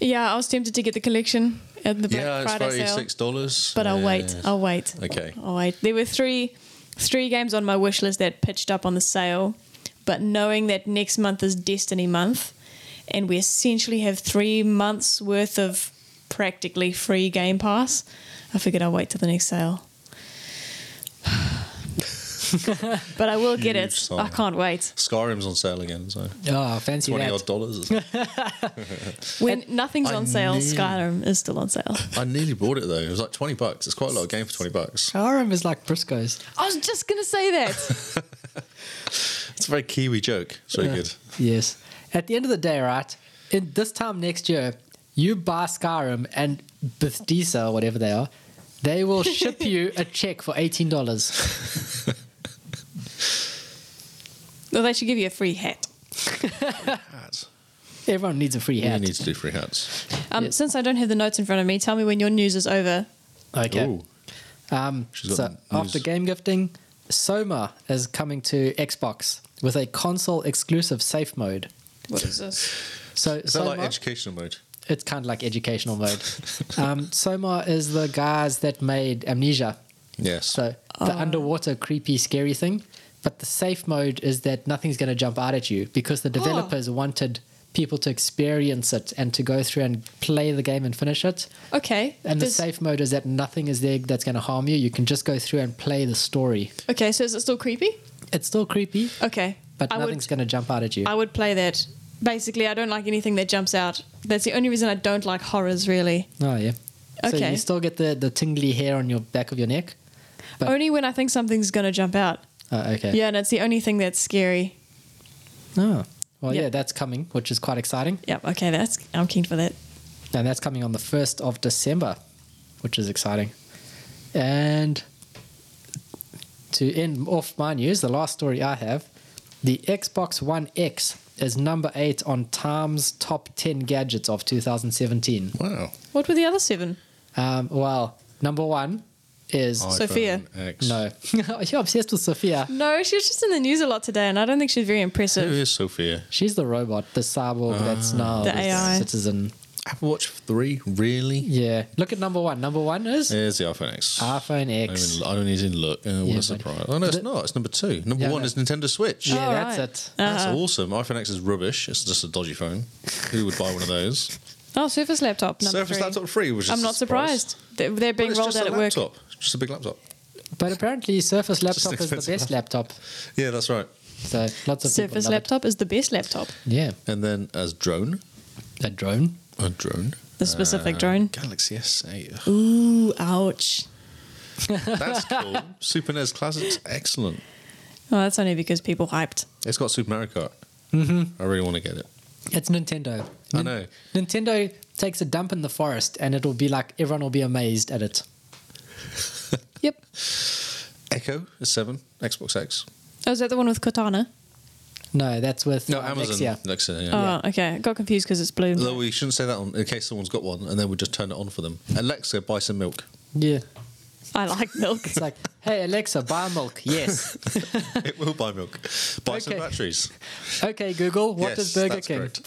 Yeah, I was tempted to get the collection at the Black
yeah, it's
Friday
thirty
sale,
six dollars.
but I'll wait. I'll wait.
Okay.
I'll wait. There were three, three games on my wish list that pitched up on the sale, but knowing that next month is Destiny month, and we essentially have three months worth of practically free Game Pass, I figured I'll wait till the next sale. but I will get
Huge
it.
sigh.
I can't wait.
Skyrim's on sale again, so
Oh, fancy
twenty
that.
odd dollars.
When nothing's
I
on sale,
knew-
Skyrim is still on sale.
I nearly bought it though. It was like twenty bucks. It's quite a lot of game for twenty bucks.
Skyrim is like Briscoe's.
I was just gonna say that.
It's a very Kiwi joke. It's very
Yeah.
good.
Yes. At the end of the day, right? In this time next year, you buy Skyrim and Bethesda or whatever they are, they will ship you a check for eighteen dollars.
well, they should give you a free hat.
Hats.
Everyone needs a free
We
hat.
need to do free hats.
Um,
Yes.
Since I don't have the notes in front of me, tell me when your news is over.
okay.
Ooh.
Um,
She's got
so
news.
after game gifting, Soma is coming to Xbox with a console exclusive safe mode.
What is this?
So
Is that like
Soma-
educational mode?
it's kind of like educational mode. um, Soma is the guys that made Amnesia,
Yes.
so the
Oh.
underwater creepy scary thing. But the safe mode is that nothing's going to jump out at you because
Oh.
the developers wanted people to experience it and to go through and play the game and finish it.
Okay.
And the
does-
safe mode is that nothing is there that's going to harm you. You can just go through and play the story.
Okay, so is it still creepy?
It's still creepy,
Okay.
but
I would,
nothing's going to jump out at you.
I would play that. Basically, I don't like anything that jumps out. That's the only reason I don't like horrors, really.
oh yeah. So
Okay.
you still get the the tingly hair on your back of your neck. But-
only when I think something's going to jump out.
Oh, okay.
Yeah, and it's the only thing that's scary.
Ah.
Oh. Well,
Yeah.
yeah, that's coming, which is quite exciting.
Yep, okay, that's. I'm keen for that.
And that's coming on the 1st of December, which is exciting. And to end off my news, the last story I have the Xbox One X is number eight on Time's top 10 gadgets of 2017.
wow.
What were the other seven?
Um, well, number one is.
Sophia.
iPhone Oh, X.
No. You're obsessed with Sophia.
No, she was just in the news a lot today, and I don't think she's very
Who
impressive.
is Sophia?
She's the robot, the cyborg that's
Ah.
now
The
the
AI.
citizen.
Apple Watch three? Really?
Yeah. Look at number one. Number one is
There's the iPhone X.
iPhone
I don't,
Ah, X.
even, I don't even look. Uh, what
Yeah,
a surprise! Oh no, it's
The-
not. It's number two. Number
Yeah,
one
no.
is Nintendo Switch.
Yeah,
All
that's
right.
it.
That's awesome. iPhone X is rubbish. It's just a dodgy phone. Who would buy one of those?
Oh, Surface Laptop. Number
Surface
three.
Laptop free, which is
I'm
a
not
surprise.
surprised. They're, they're
But
being
it's
rolled
just
out
a
at work.
laptop. It's Just a big laptop.
But apparently, Surface laptop is the
expensive
best laptop.
Yeah, that's right.
So lots of people
Surface
love it.
Laptop is the best laptop.
Yeah,
And then as drone,
a drone.
a drone,
The specific
Uh.
drone.
Galaxy S8.
Ooh, ouch.
That's cool. Super NES Classics, excellent.
Oh, that's only because people hyped.
It's got Super Mario Kart. I really want to get it.
It's Nintendo.
I know.
Nintendo takes a dump in the forest, and it'll be like everyone will be amazed at it.
Yep.
Echo is seven. Xbox X.
Oh, is that the one with Cortana?
No, that's with
No,
uh,
Amazon.
Alexia.
Alexa, yeah.
Oh, okay. I got confused because it's blue.
Although we shouldn't say that on, in case someone's got one, and then we just turn it on for them. Alexa, buy some milk.
Yeah,
I like milk.
it's like, hey Alexa, buy milk. Yes.
it will buy milk. Buy some
Okay.
batteries.
okay, Google, what
yes,
does Burger
that's
King?
correct.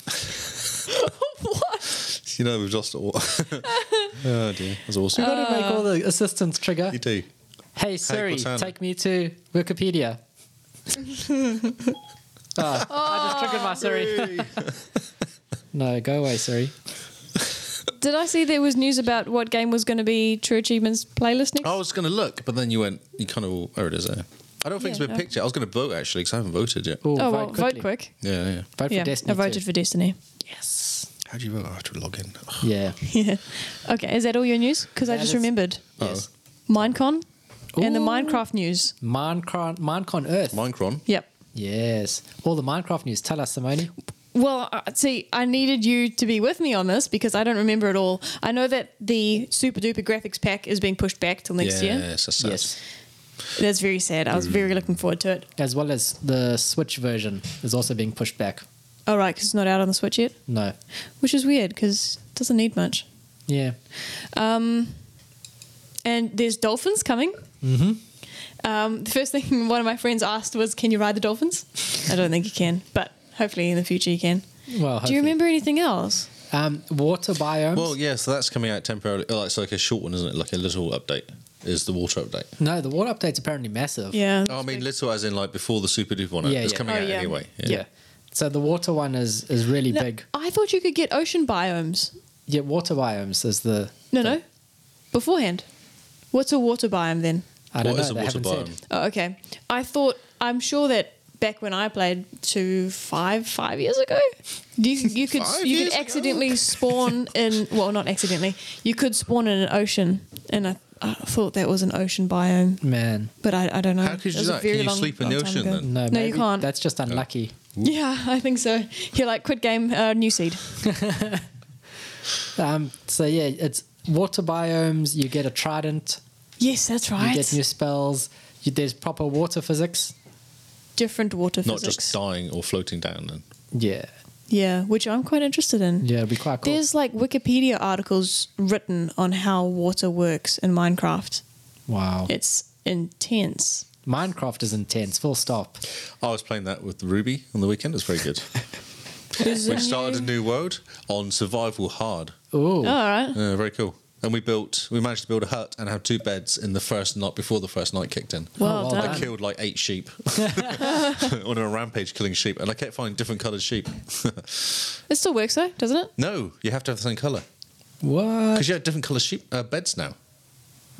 what?
You know we've lost it all. oh dear, that's awesome.
You got to make all
Uh.
the assistants trigger.
you do.
Hey Siri,
Cortana.
take me to Wikipedia. Ah, I just triggered my
Oh,
Siri. no, go away, Siri.
Did I see there was news about what game was going to be True Achievement's playlist next?
I
Oh,
was going to look, but then you went. You kind of. Oh, it is there. I don't think
Yeah,
it's been
no.
picked yet. I was going to vote actually because I haven't voted yet.
Ooh,
oh, well, vote
quickly.
quick.
Yeah, yeah.
Vote for
yeah,
Destiny.
I voted
2.
for Destiny.
yes.
How do you vote? I have to log in. Oh,
Yeah.
Yeah. Okay, is that all your news? Because I
That
just
is-
remembered
Yes.
Minecon and the
Ooh.
Minecraft news.
Minecraft, Minecon Earth.
Minecron.
Yep.
yes. All the Minecraft news. Tell us, Simone.
Well, uh, see, I needed you to be with me on this because I don't remember it all. I know that the super duper graphics pack is being pushed back till next
Yes,
year.
that's, that's
Yes.
That's very sad. I was very looking forward to it.
As well as the Switch version is also being pushed back.
All right, because it's not out on the Switch yet,
No.
which is weird because it doesn't need much. Um,
Yeah.
And there's dolphins coming. Mm-hmm. Um, the first thing one of my friends asked was, "Can you ride the dolphins?" I don't think you can, but hopefully in the future you can.
Well,
Do
hopefully.
you remember anything else?
Um, water biomes.
Well, yeah, so that's coming out temporarily. Oh, it's like a short one, isn't it? Like a little update is the water update.
no, the water update's apparently massive.
Yeah.
Oh, I mean, little as in like before the Super Duper one.
Yeah,
it's
yeah.
coming
Oh,
out
yeah.
anyway.
Yeah. So the water one is is really
No,
big.
I thought you could get ocean biomes.
Yeah, water biomes is the.
No, no. Beforehand. What's a water biome then?
I don't
What is
know. They
a
haven't
water
said.
biome?
Oh, okay. I thought I'm sure that back when I played two five five years ago, you you could
Five
you
years
could
ago?
accidentally spawn in well not accidentally you could spawn in an ocean and I, I thought that was an ocean biome
Man,
but I, I don't know.
How could you
It
do
was a
that?
very
Can you
long-
sleep in
long
the
time
ocean
ago.
then?
no,
No, you
maybe
can't.
That's
Oh.
just unlucky.
Yeah, I think so. You're like quit game uh, new seed.
Um, so yeah, it's water biomes. You get a trident.
Yes, that's
You get new
right.
spells. You, there's proper water physics.
Different water
Not
physics.
just dying or floating down. Then
Yeah,
yeah, which I'm quite interested in.
yeah, it'd be quite cool.
There's like Wikipedia articles written on how water works in Minecraft.
wow,
It's intense.
Minecraft is intense. Full stop.
I was playing that with Ruby on the weekend. It's very good. we started a new world on survival hard.
Ooh,
Oh, all right.
Uh, very cool. And we built. We managed to build a hut and have two beds in the first night before the first night kicked in.
Well,
well
I
done.
killed like eight sheep on a rampage killing sheep, and I kept finding different coloured sheep.
It still works though, doesn't it?
no, you have to have the same colour
what?
because you have different colour sheep uh, beds now.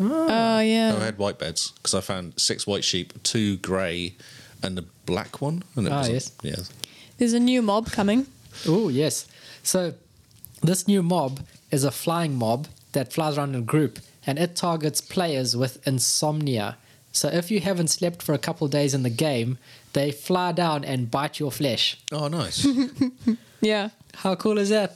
Oh, yeah.
No, I had white beds because I found six white sheep, two grey, and a black one. And
Ah,
wasn't-
yes.
yeah.
There's a new mob coming.
Oh, yes. So, this new mob is a flying mob that flies around in a group and it targets players with insomnia. So, if you haven't slept for a couple days in the game, they fly down and bite your flesh.
Oh, nice.
Yeah.
How cool is that?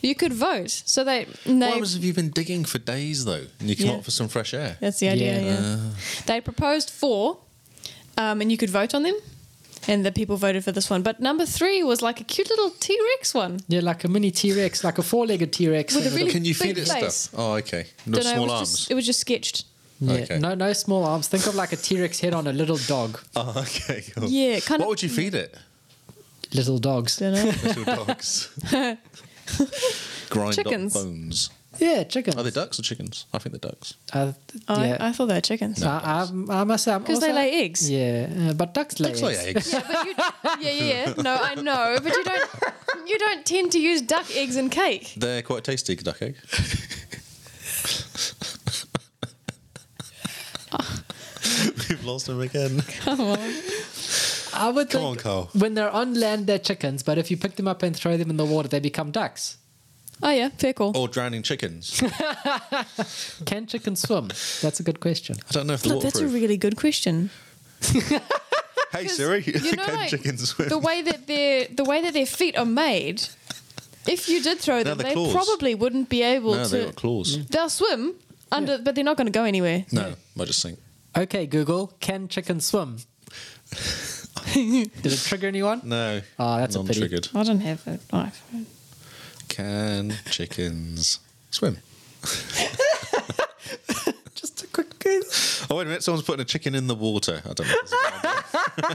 You could vote. So they.
Why
they
was have you been digging for days though, and you come
Yeah.
up for some fresh air?
that's the idea,
Yeah.
yeah. They proposed four, um, and you could vote on them. And the people voted for this one. But number three was like a cute little T Rex one.
Yeah, like a mini T Rex, like a four legged T Rex.
With a really
Can you feed
big
it
place.
stuff? Oh, okay. No
Dunno, it
small
was
arms.
Just, it was just sketched.
Yeah.
Okay.
No, no small arms. Think of like a T Rex head on a little dog.
Oh, okay. Cool.
Yeah, kind
what
of-
would you feed it?
Little dogs.
Don't know.
Little dogs. Grind
Chickens.
up bones.
Yeah, chickens.
Are they ducks or chickens? I think they're ducks.
Uh,
I,
yeah.
Oh, I thought they were chickens.
So I, I, I must say, I'm
'Cause they
also-
lay eggs.
Yeah, uh, but ducks lay
Ducks lay
eggs.
eggs.
But you, yeah, yeah, yeah. No, I know, but you don't. You don't tend to use duck eggs in cake.
They're quite tasty, duck egg. We've lost him again.
I would
Come
think
on, Carl.
when they're on land, they're chickens, but if you pick them up and throw them in the water, they become ducks.
Oh yeah, fair call.
Or drowning chickens.
Can chickens swim? That's a good question.
I don't know if the
Look, that's a
waterproof.
really good question.
hey Siri,
You know,
can
like,
chickens swim?
The way that their the way that their feet are made. If you did throw them,
the
they
claws.
probably wouldn't be able
no, they've
to.
got claws.
They'll swim under, but they're not going to go anywhere.
No, I just think
Okay, Google, can chickens swim? Did it trigger anyone?
no.
Ah, that's a pity.
non-triggered.
I don't have an iPhone.
Can chickens swim?
Just a quick Google.
Oh wait a minute, someone's putting a chicken in the water. I don't know.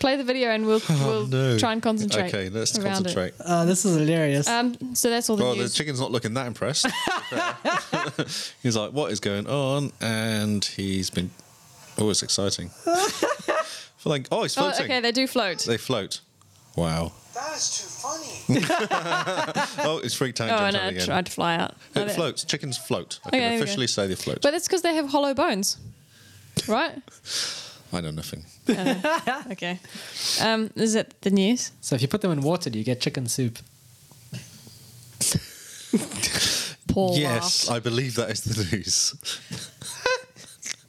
Play the video and we'll, we'll
Oh, no.
try and concentrate.
Okay, let's
around it.
concentrate. Oh,
Uh, this is hilarious.
Um, so that's all the
Well, the
news.
chicken's not looking that impressed. he's like, "What is going on?" And he's been, oh, it's exciting. like, oh, he's
oh,
floating.
okay, they do float.
They float. Wow.
That is too funny.
Oh, it's freak
oh,
tangent
and
time
I
again.
tried to fly out. Oh,
It floats. Chickens float. I can
Okay, there we go.
officially say they float.
But that's because they have hollow bones, right?
I know nothing.
Ah, okay. Um, is that the news?
so if you put them in water, do you get chicken soup?
Paul
yes,
laughed.
I believe that is the news.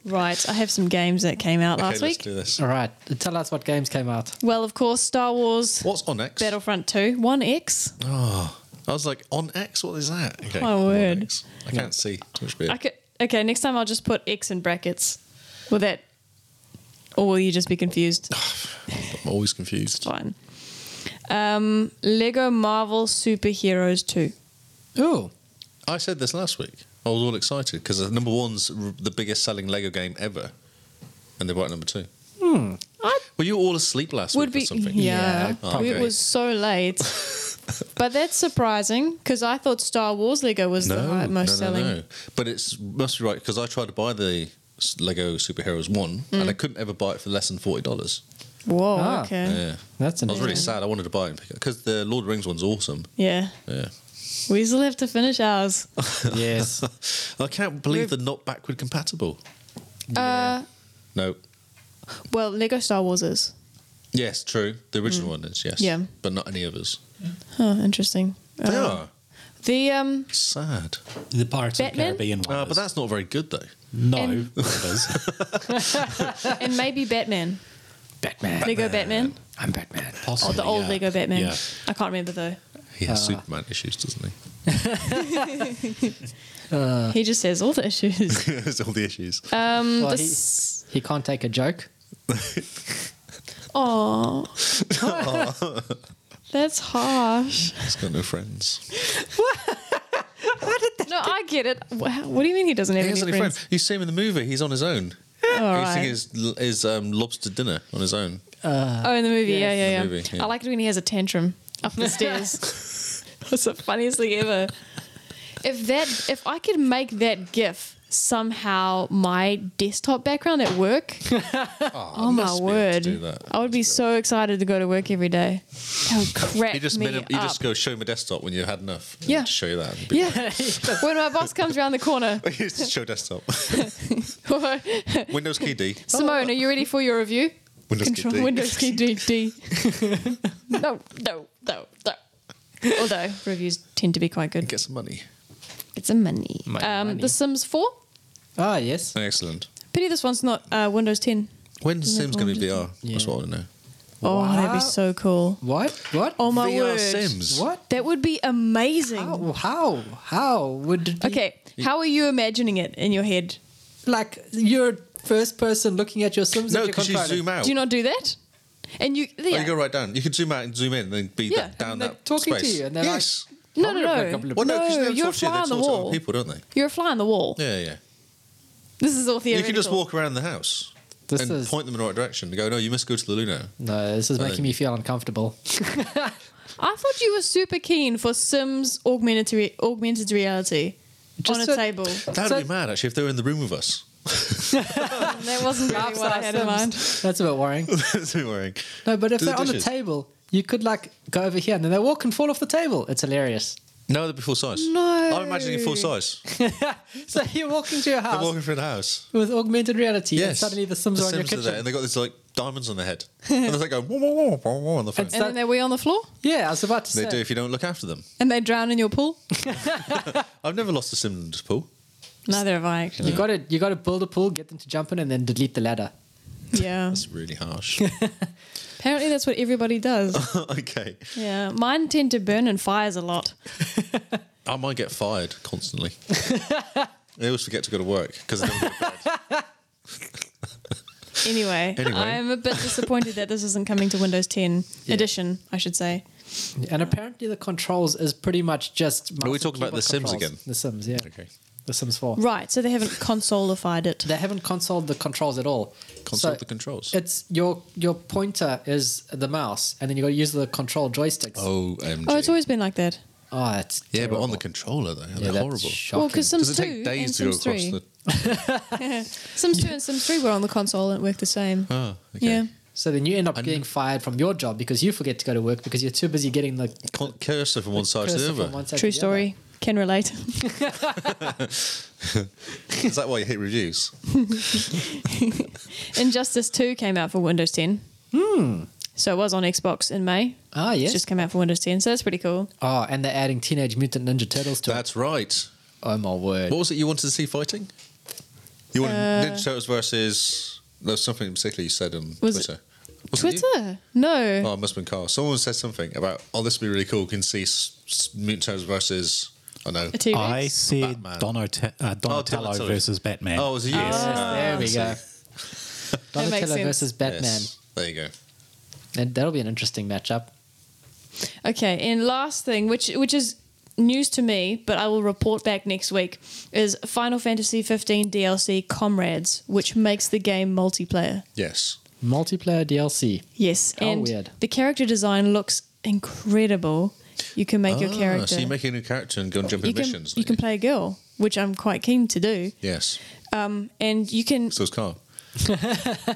Right. I have some games that came out
okay, let's
last week.
do this.
All right, tell us what games came out.
Well, of course, Star Wars
What's on X?
Battlefront 2, 1X.
Oh, I was like, on X? What is that? Okay,
My
on
word.
X. I can't see. Which bit?
I could, okay, next time I'll just put X in brackets. Will that. Or will you just be confused?
I'm always confused.
Fine. Um, Lego Marvel Superheroes 2.
Ooh,
I said this last week. I was all excited because number one's r- the biggest selling Lego game ever, and they're right at number two.
Hmm. I
Were you all asleep last
would
week
be.
or something?
Yeah.
Oh, okay.
It was so late. but that's surprising because I thought Star Wars Lego was
No,
the most
no, no,
selling.
no. But it's must be right because I tried to buy the s- Lego Superheroes one, and I
Hmm.
couldn't ever buy it for less than forty dollars.
Whoa,
Ah.
okay.
Yeah,
that's
I was
interesting.
really sad. I wanted to buy it because the Lord of the Rings one's awesome.
Yeah.
Yeah,
We still have to finish ours.
yes.
I can't believe they're not backward compatible.
Uh,
No.
well, Lego Star Wars is.
Yes, true. The original one is yes.
Hmm. Yeah.
but not any others.
Huh, interesting.
They
Uh,
are
The um
sad.
The Pirates
Batman?
of the Caribbean one.
Uh,
is-
but that's not very good though.
no,
And- Oh,
it is.
and maybe Batman.
Batman.
Lego Batman.
I'm Batman.
Or
Possibly,
the old
yeah.
Lego Batman.
Yeah.
I can't remember though.
He
Ah.
has Superman issues, doesn't he?
he just has all the issues.
It's all the issues.
Um
Well,
this
He can't take a joke.
Oh. That's harsh.
He's got no friends.
No, I get it. Wow, What do you mean he doesn't have
He has
any
any
friends?
friends. You see him in the movie. He's on his own.
All
He's
right.
eating his, his um, lobster dinner on his own.
Oh, in the movie, yeah, yeah,
The
yeah.
movie, yeah.
I like it when he has a tantrum up the stairs. That's the funniest thing ever. If that, if I could make that GIF somehow my desktop background at work, oh my
must be able to do
word, Oh,
that.
I would be so excited to go to work every day. That would crack
You just,
me
made him,
up.
you just go show him a desktop when you had enough.
Yeah.
To show you that. It'd be
yeah. when my boss comes around the corner,
like- Just show desktop. Windows key D.
Simone, are you ready for your review?
Windows
Oh. Control
key D.
Windows key D. D. no, no, no, no. Although reviews tend to be quite good.
Get some money.
It's a money.
Money,
um,
money.
The Sims 4.
Ah, yes.
Excellent.
Pity this one's not uh, Windows 10.
When's Sims going to be VR?
Yeah.
That's what I want to know.
Oh, that'd be
What?
so cool.
What? What?
Oh my
VR
word.
Sims.
What?
That would be amazing.
How? How? How would it be?
Okay, how are you imagining it in your head?
Like you're first person looking at your Sims. that you're
No, because you
controlling.
zoom out.
Do you not do that? And you,
Oh,
yeah.
you go right down. You can zoom out and zoom in, and then be
Yeah.
that, down
And they're
that
talking to
space.
you, and they're
yes.
no, no,
Probably a
no.
couple of-
well, no, 'cause they
no,
don't
you're a
talk to you,
fly
they
on the
talk to other
wall.
people, don't they?
You're a fly on the wall.
Yeah, yeah.
This is all
You
theoretical.
can just walk around the house
This
and
is
point them in the right direction. And go, no, you must go to the Luna.
no. This is
Oh.
making me feel uncomfortable.
I thought you were super keen for Sims augmented, re- augmented reality
Just
on a
so-
table.
That'd
So-
be mad actually if they were in the room with us.
That wasn't really what I had in mind.
That's a bit worrying.
That's what we're wearing.
No, but if
Do the
they're on the
dishes. table,
table, you could like go over here and then they walk and fall off the table. It's hilarious.
No, they'd be full size.
No.
I'm imagining full size.
So you're walking to your
They're
house
walking through the house.
with augmented reality, and
Yes.
suddenly the Sims are on your
Sims there,
kitchen.
and they got these like diamonds on their head, and they're like going whoa, whoa, whoa, whoa, whoa on the phone.
It's-
And then they were on the floor
Yeah, I was about to
They
say.
do if you don't look after them.
and they drown in your pool.
I've never lost a Sim in the pool.
Neither have I actually.
You got to you got to build a pool, get them to jump in, and then delete the ladder.
Yeah.
That's really harsh.
Apparently, that's what everybody does.
okay,
yeah. Mine tend to burn in fires a lot.
I might get fired constantly. I always forget to go to work because I don't go to bed.
Anyway,
Anyway.
I'm a bit disappointed that this isn't coming to Windows 10 edition, I should say.
And apparently, the controls is pretty much just.
Are we
mouse and
talking about
keyboard
The Sims
controls.
again?
The Sims, yeah.
Okay.
The Sims 4.
Right, so they haven't consolified it.
They haven't consoled the controls at all.
Console the controls.
It's your your pointer is the mouse, and then you got to use the control joysticks. Oh,
OMG.
Oh, it's always been like that.
it's
yeah, but
terrible.
on the controller though,
yeah,
they're
that's
horrible.
shocking.
Well, because Sims
Does it
2
take
and
days to go
Sims
across
3.
the?
Sims 2 and Sims 3 were on the console and it worked the same.
Oh, okay.
Yeah.
so then you end up
I kn-
getting fired from your job because you forget to go to work because you're too busy getting the
Con- cursor from one side to
cursor
the
from
other.
one side
True
to the other.
story. Can relate.
Is that why you hate reviews?
Injustice 2 came out for Windows 10. Hmm. So it was on Xbox in May.
Ah, yes.
It's just come out for Windows 10, so that's pretty cool.
oh, and they're adding Teenage Mutant Ninja Turtles to it.
That's right.
Oh my word!
What was it you wanted to see fighting? You wanted
Uh,
Ninja Turtles versus. There's something in particular you said on
Was it-
Twitter. Was it you?
Twitter? No.
Oh, it must have been Carl. Someone said something about, oh, this would be really cool. We can see s- s- Mutant Turtles versus. oh, I know.
A T-Rex?
I said
Batman.
Donota- uh, Donatello
Donatello.
versus Batman.
Oh, was it you?
there we go.
makes
Donatello
sense.
versus Batman,
Yes. There you go.
and that'll be an interesting matchup.
Okay, and last thing, which which is news to me, but I will report back next week, is Final Fantasy 15 DLC Comrades, which makes the game multiplayer.
Yes. Ah,
Multiplayer DLC.
Yes,
How
and
weird.
the character design looks incredible. You can make your
Ah,
character.
So you make a new character and go and jump
you
in
can,
missions.
you
don't
can play a girl, which I'm quite keen to do.
Yes.
Um, and you can
So it's Carl.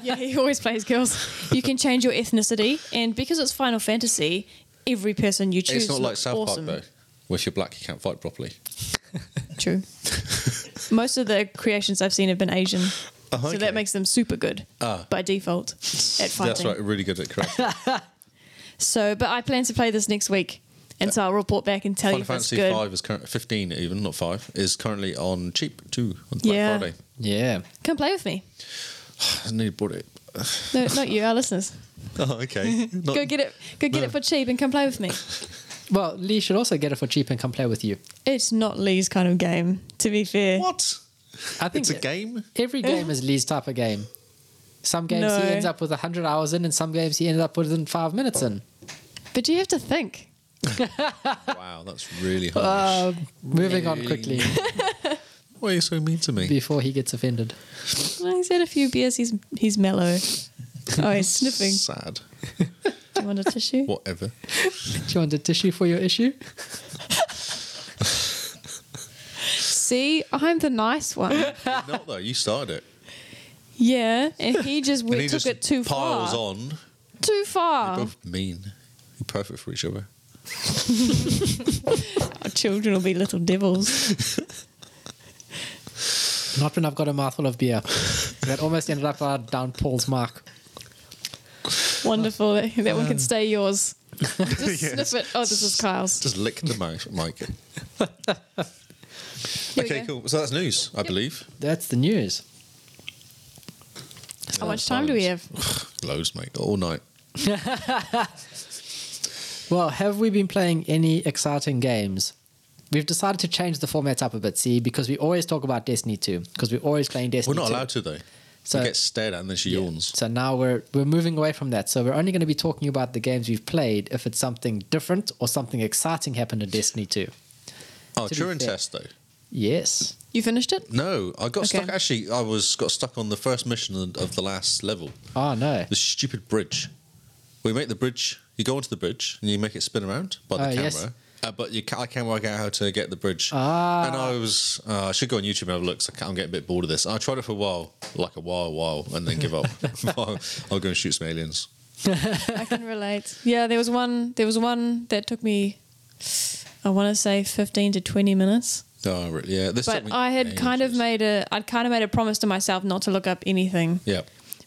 yeah, he always plays girls. You can change your ethnicity, and because it's Final Fantasy, every person you choose
It's not like
looks
South
awesome.
Park, though, where if you're black, you can't fight properly.
True. Most of the creations I've seen have been Asian. So
Uh-huh, okay. Ah.
that makes them super good by default at fighting.
That's right. Really good at correction.
So, but I plan to play this next week, and so I'll report back and tell you
Final
if it's
Fantasy
good.
Five is current, fifteen even, not five, is currently on cheap too on Black
Yeah.
Friday.
Yeah.
Come play with me.
I nearly bought it.
No, not you, our listeners.
Oh, okay. Not-
Go get it. Go get it for cheap and come play with me.
Well, Lee should also get it for cheap and come play with you.
It's not Lee's kind of game, to be fair.
What?
I think
It's a game.
Every game is Lee's type of game. Some games
No.
he ends up with 100 hours in, and some games he ended up within five minutes in.
But you have to think.
wow, that's really
Uh,
harsh.
Um, moving on quickly
Why are you so mean to me?
before he gets offended.
Well, he's had a few beers. He's he's mellow. Oh, he's sniffing.
Sad.
Do you want a tissue?
Whatever.
Do you want a tissue for your issue?
See, I'm the nice one.
You're not though. You started it.
Yeah, and he just
And
went,
he
took
just
it too
piles
far. Uh-huh.
on.
Too far.
Both mean. You're perfect for each other.
Our children will be little devils.
Not when I've got a mouthful of beer. That almost ended up uh, down Paul's mark.
Wonderful. That that one can stay yours. Just
Yes.
sniff it. Oh, this is Kyle's.
Just lick the mouth, Mike.
Here we
okay,
go.
cool. So that's news, I believe.
That's the news.
How much time do we have?
Loads, mate. All night.
Well, have we been playing any exciting games? We've decided to change the format up a bit, see, because we always talk about Destiny 2, because we're always playing Destiny
We're not
2.
allowed to though.
So-
she gets stared at and then she yawns.
So now we're we're moving away from that. So we're only going to be talking about the games we've played if it's something different or something exciting happened in Destiny 2.
Oh,
To be
Turing
fair.
test though.
Yes.
You finished it?
No, I got
Okay.
stuck. Actually, I was got stuck on the first mission of the last level.
Oh no.
The stupid bridge. We make the bridge. You go onto the bridge and you make it spin around by the
Oh,
camera.
yes.
Uh, but you can, I can't work out how to get the bridge.
Ah.
And I was uh, I should go on YouTube and have a look. 'cause I can't, I'm getting a bit bored of this. I tried it for a while, like a while, while, and then give up. I'll, I'll go and shoot some aliens.
I can relate. Yeah, there was one. There was one that took me. I want to say fifteen to twenty minutes,
Oh, really? yeah. This
but
took me
I had kind of
ages.
made a. I'd kind of made a promise to myself not to look up anything.
Yeah.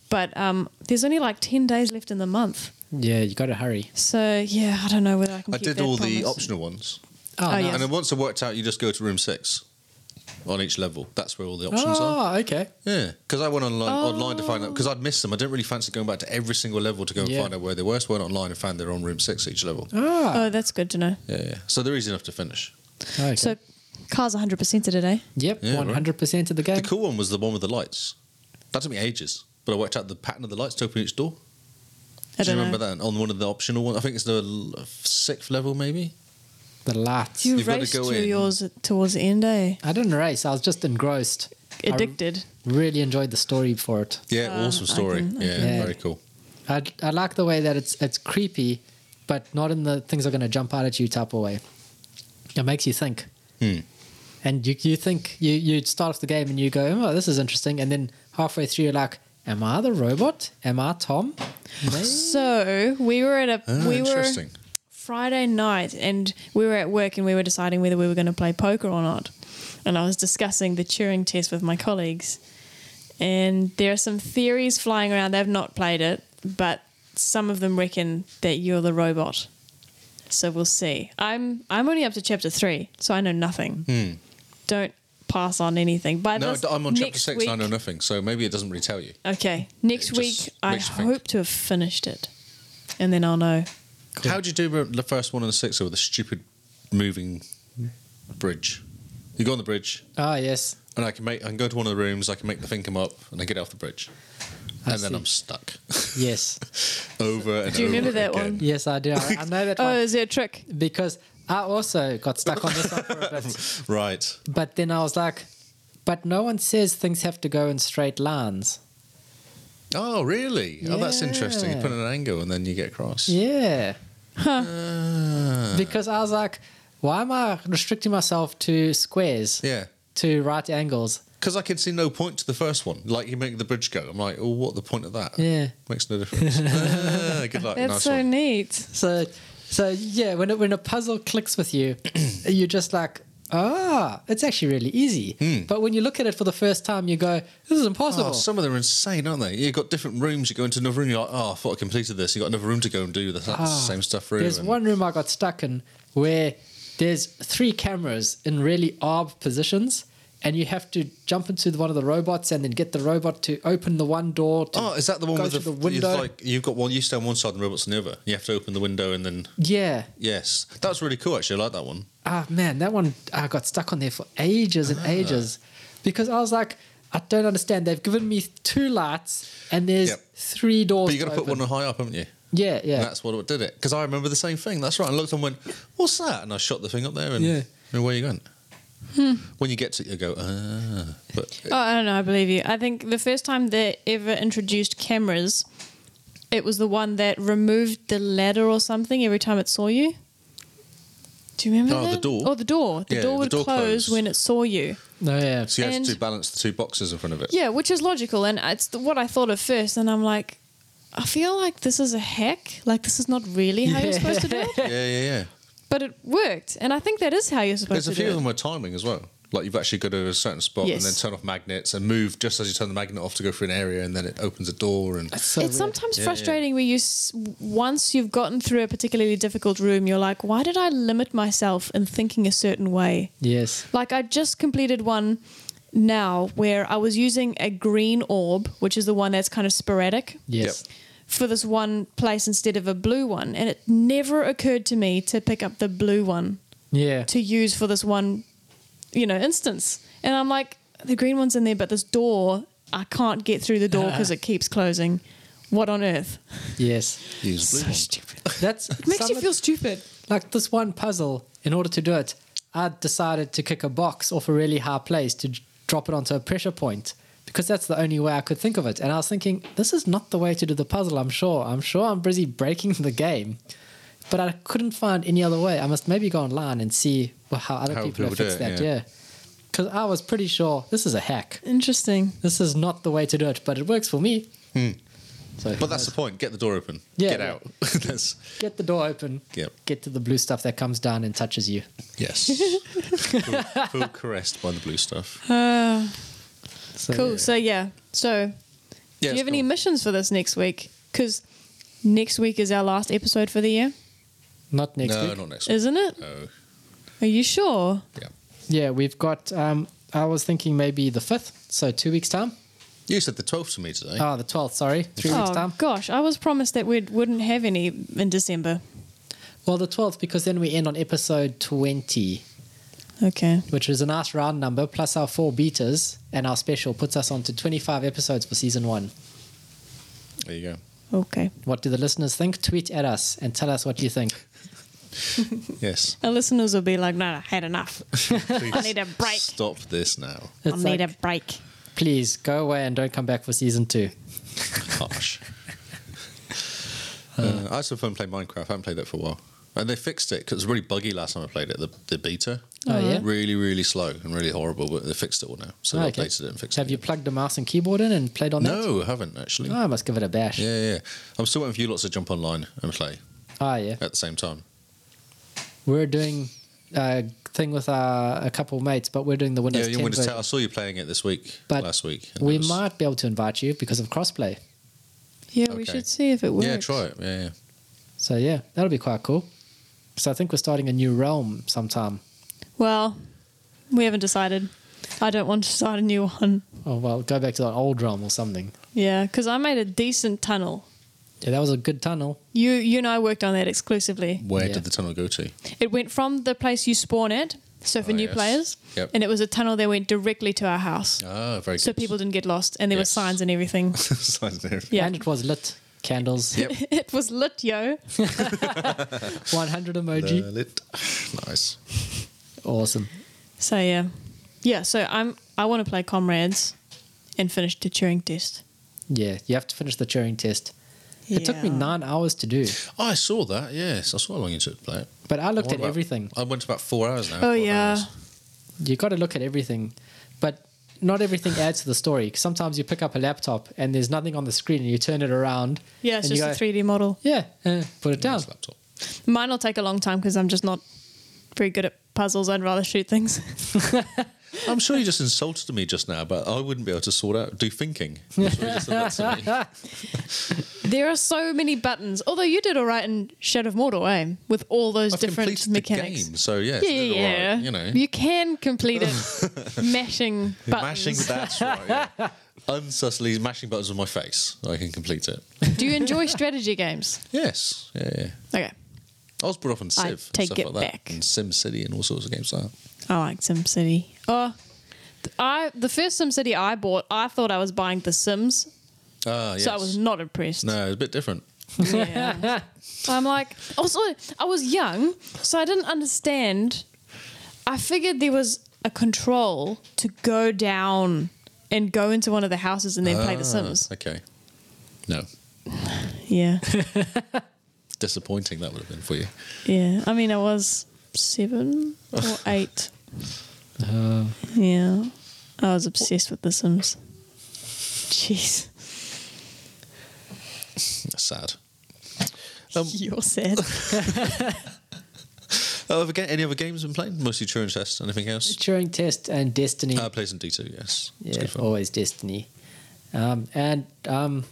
But um, there's only like ten days left in the month,
Yeah, you got to hurry.
so yeah, I don't know whether I can.
I
keep
did
that
all the
promise.
optional ones.
Oh,
Oh,
no.
yeah.
And then once I worked out, you just go to room six on each level. That's where all the options
Ah.
are.
Oh, okay.
Yeah, because I went online, online to
Oh.
find out because I'd missed them. I didn't really fancy going back to every single level to go and
Yeah.
find out where they were. So I went online and found they're on room six each level.
Ah,
Oh, that's good to know.
Yeah, yeah. So they're easy enough to finish.
Oh, okay.
So, Carl's 100% today.
yep,
Yeah, right.
100% of the game.
Um,
The cool one was the one with the lights. That took me ages, but I worked out the pattern of the lights to open each door.
I
Do
don't
you
know.
remember that on one of the optional ones? I think it's the l- sixth level, maybe.
The lights.
You
You've gotta
raced
go
through
in.
yours towards the end, eh?
I didn't race. I was just engrossed. I
Um,
r-
Addicted.
really enjoyed the story for it.
Yeah,
Uh,
awesome
I
story.
can- I
yeah,
can-
very cool.
I, I like the way that it's it's creepy, but not in the things are going to jump out at you type of way. It makes you think,
Hmm.
and you you think you you start off the game and you go, oh, this is interesting, and then halfway through you're like, am I the robot? Am I Tom?
So we were at a
Ah,
we were
interesting.
Friday night and we were at work and we were deciding whether we were going to play poker or not. And I was discussing the Turing test with my colleagues. And there are some theories flying around. They've not played it, but some of them reckon that you're the robot. So we'll see. I'm I'm only up to chapter 3, so I know nothing. Don't pass on anything. By
Hmm. No,
this,
I'm on chapter
next
six.
Week,
I know nothing, so maybe it doesn't really tell you.
Okay. Next
It just
week I
makes you think.
hope to have finished it. And then I'll know.
How'd you do with the first one and the sixth with the stupid moving bridge? You go on the bridge,
Ah yes,
and I can make. I can go to one of the rooms. I can make the thing come up, and I get off the bridge,
I
and then
see.
I'm stuck
yes,
over and
Do you
over
remember that
again.
one?
yes. I do. I, I know that
Oh,
one
is there a trick?
because I also got stuck on this one for a bit.
Right.
But then I was like, but no one says things have to go in straight lines.
Oh, really? Oh, that's interesting. You
Yeah.
put in an angle, and then you get across.
Yeah.
Ah.
because I was like, why am I restricting myself to squares,
yeah.
to right angles?
Because I can see no point to the first one. Like you make the bridge go. I'm like, oh, what the point of that?
Yeah.
Makes no difference. Ah, good luck.
That's
nice
so
one.
neat.
So, so yeah, when it, when a puzzle clicks with you, you're just like, ah, it's actually really easy.
Hmm.
But when you look at it for the first time, you go, this is impossible.
Oh, some of them are insane, aren't they? You've got different rooms. You go into another room. You're like, oh, I thought I completed this. You've got another room to go and do the
Ah,
same stuff through.
There's
and-
one room I got stuck in where there's three cameras in really odd positions. And you have to jump into the- one of the robots and then get the robot to open the one door. To
Oh, is that the one
go
with the,
through
the
window?
Like you've got one. You stay on one side and the robots on the other. You have to open the window and then
yeah.
yes, that's really cool. Actually, I like that one.
ah man, that one I got stuck on there for ages
Ah.
and ages because I was like, I don't understand. They've given me two lights and there's
Yep.
three doors.
But you got to put
open.
one high up, haven't you?
Yeah, yeah.
And that's what did it. Because I remember the same thing. That's right. I looked and went, "What's that?" And I shot the thing up there. And,
Yeah. Hmm.
and where you going? When you get to it, you go, ah. But
Oh, I don't know. I believe you. I think the first time they ever introduced cameras, it was the one that removed the ladder or something every time it saw you. Do you remember
Oh, the
that?
door.
Oh, the door. The
Yeah,
door
the
would
door
close
closed.
when it saw you.
no, yeah.
so you have
And-
to balance the two boxes in front of it.
Yeah, which is logical, and it's the, what I thought at first. And I'm like, I feel like this is a hack. Like this is not really how you're supposed to do it,
Yeah, yeah, yeah.
but it worked. And I think that is how you're supposed
There's a
to
few of
do it.
them with timing as well. Like you've actually got to a certain spot
Yes.
and then turn off magnets and move just as you turn the magnet off to go through an area and then it opens a door and
It's so
it's
weird.
sometimes
Yeah, yeah.
frustrating where you s- once you've gotten through a particularly difficult room you're like why did i limit myself in thinking a certain way
Yes.
like i just completed one now where i was using a green orb which is the one that's kind of sporadic
Yes.
for this one place instead of a blue one and it never occurred to me to pick up the blue one
Yeah.
to use for this one, you know, instance. And I'm like, the green one's in there, but this door, I can't get through the door because it keeps closing. What on earth?
Yes.
use blue
So
one.
stupid.
That's
It makes you
some-
feel stupid.
like this one puzzle. In order to do it, I decided to kick a box off a really high place to j- drop it onto a pressure point because that's the only way I could think of it. And I was thinking, this is not the way to do the puzzle. I'm sure. I'm sure I'm busy breaking the game, but I couldn't find any other way. I must maybe go online and see wh- how other
How
people, have
people do
fixed
it,
that.
yeah.
Yeah, because I was pretty sure this is a hack.
Interesting.
This is not the way to do it, but it works for me. So who
But Hmm. that's the
knows?
point. Get the door open.
Yeah,
Get
yeah.
out. That's,
get the door open.
Yep.
Get to the blue stuff that comes down and touches you.
yes. feel, feel caressed by the blue stuff.
Uh,
So,
cool. So, yeah. So,
Yeah,
do
it's
you have any
cool.
missions for this next week? Because next week is our last episode for the year,
Not next
No,
week.
not next week.
isn't it?
No.
Are you sure?
Yeah.
Yeah, we've got. Um, I was thinking maybe the fifth, so two weeks time.
You said the 12th to me today.
Oh, the twelfth. Sorry, three weeks
Oh,
time.
gosh. I was promised that we wouldn't have any in December.
Well, the twelfth because then we end on episode twenty,
Okay.
which is a nice round number. Plus our four beaters and our special puts us on to twenty-five episodes for season one.
There you go.
Okay.
What do the listeners think? Tweet at us and tell us what you think.
yes.
Our listeners will be like, no, I had enough.
Please
I need a break.
Stop this now.
I
It's
need
like,
a break.
please go away and don't come back for season two.
Harsh. uh, I had some fun playing Minecraft. I haven't played that for a while. And they fixed it because it was really buggy last time I played it, the, the beta.
Oh, yeah?
Really, really slow and really horrible, but they fixed it all now. So
Oh,
they
okay.
updated it and fixed
Have
it.
you plugged a mouse and keyboard in and played on that?
No, I haven't actually.
Oh, I must give it a bash.
Yeah, yeah, yeah. I'm still waiting for you lots to jump online and play
Oh, yeah.
at the same time.
We're doing a thing with our, a couple of mates, but we're doing the Windows
yeah, you
10
want to
version.
tell? I saw you playing it this week,
But
last week. and
We
it was-
might be able to invite you because of crossplay.
Yeah,
we
we
Okay. should
should see if it works.
Yeah, try it. Yeah, yeah.
So, yeah, that'll be quite cool. So, I think we're starting a new realm sometime.
Well, we haven't decided. I don't want to start a new one.
Oh, well, go back to that old realm or something.
Yeah, because I made a decent tunnel.
Yeah, that was a good tunnel.
You, you and I worked on that exclusively.
Where
Yeah.
did the tunnel go to?
It went from the place you spawn at, so for
Oh,
new
yes.
players,
Yep.
and it was a tunnel that went directly to our house.
Ah, very
So
good.
people didn't get lost, and there
Yes.
were signs and everything.
Signs and everything.
Yeah.
And it was lit. Candles.
Yep.
it was lit, yo.
100 emoji.
Uh, lit. Nice.
Awesome.
So yeah, yeah. So I'm. I want to play comrades, and finish the Turing test.
Yeah, you have to finish the Turing test. It took me
Yeah.
nine hours to do,
Oh, I saw that. Yes, I saw how long you took to play it.
but I looked
What
at
about-
everything.
I went about four hours now.
Oh
Four
yeah.
hours.
You got to look at everything, but not everything adds to the story. 'Cause Sometimes you pick up a laptop and there's nothing on the screen, and you turn it around.
Yeah, it's
and you
just a
go,
3D model.
Yeah, uh, put it down.
Nice laptop.
Mine will take a long time because I'm just not very good at puzzles. I'd rather shoot things.
I'm sure you just insulted me just now, but I wouldn't be able to sort out do thinking. I'm sure you just said that to me.
there are so many buttons. Although you did all right in Shadow of Mordor, eh? With all those
I've
different
completed
mechanics.
the game, so yeah,
Yeah,
it's all right,
yeah.
you know,
You can complete it mashing buttons.
mashing. That's right. Yeah. Unsussily mashing buttons with my face. I can complete it.
Do you enjoy strategy games?
Yes. Yeah. yeah.
Okay.
I was brought up on Civ,
I
and
take
stuff
it
like that,
back.
and Sim City, and all sorts of games like that.
I like SimCity. Oh, th- I the first SimCity I bought, I thought I was buying The Sims,
Ah, yes.
so I was not impressed.
no, it's a bit different.
Yeah. I'm like, also, I was young, so I didn't understand. I figured there was a control to go down and go into one of the houses and then play The
Ah,
Sims.
Okay. No,
Yeah.
disappointing that would have been for you.
Yeah. I mean, I was seven or eight. Yeah. I was obsessed with The Sims. Jeez.
That's sad. Um,
You're sad.
oh, have we- any other games been playing? Mostly Turing Test. Anything else?
Turing test and Destiny.
Uh, play some D2. Yes. It's
yeah,
good fun.
always Destiny. Um, and um,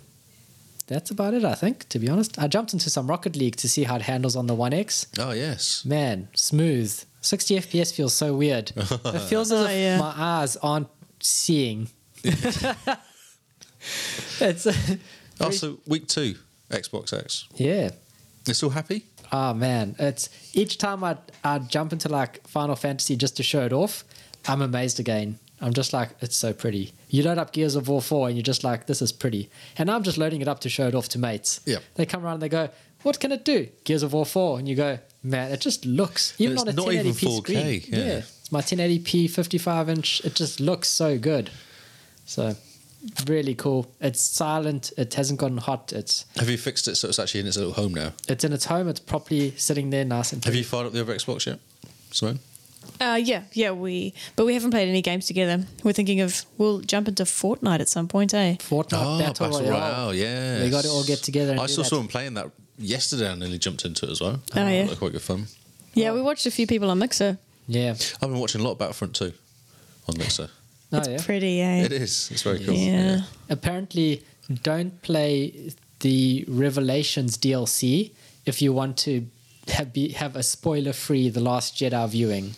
that's about it, I think. To be honest, I jumped into some Rocket League to see how it handles on the One X.
Oh yes.
man, smooth. 60 FPS feels so weird. It feels as
Oh,
if
yeah.
my eyes aren't seeing. it's
Also, Oh, week two, Xbox X.
yeah.
You're still happy?
Oh man, it's each time I I jump into like Final Fantasy just to show it off, I'm amazed again. I'm just like it's so pretty. You load up Gears of War four and you're just like this is pretty, and I'm just loading it up to show it off to mates.
Yeah.
They come around and they go, "What can it do?" Gears of War four, and you go, "Man, it just looks even
It's
on a
not
1080p
even 4K,
screen.
yeah.
it's my 1080p 55 inch. It just looks so good. So really cool. It's silent. It hasn't gotten hot. It's
Have you fixed it so it's actually in its little home now?
it's in its home. It's properly sitting there, nice and.
Have you fired up the other Xbox yet? Simone?
Uh, yeah, yeah, we. But we haven't played any games together. We're thinking of we'll jump into Fortnite at some point, eh?
Fortnite
Oh,
Ah, Battle, Royale.
yeah.
We got to all get together and
I
do
still
that.
saw him playing that yesterday and nearly jumped into it as well.
Oh, yeah.
Looked quite good fun.
Yeah, we watched a few people on Mixer.
Yeah.
I've been watching a lot of Battlefront 2 on Mixer.
No,
it's
Oh, yeah.
pretty, eh?
It is. It's very cool.
Yeah.
Apparently, don't play the Revelations DLC if you want to have, be, have a spoiler free The Last Jedi viewing.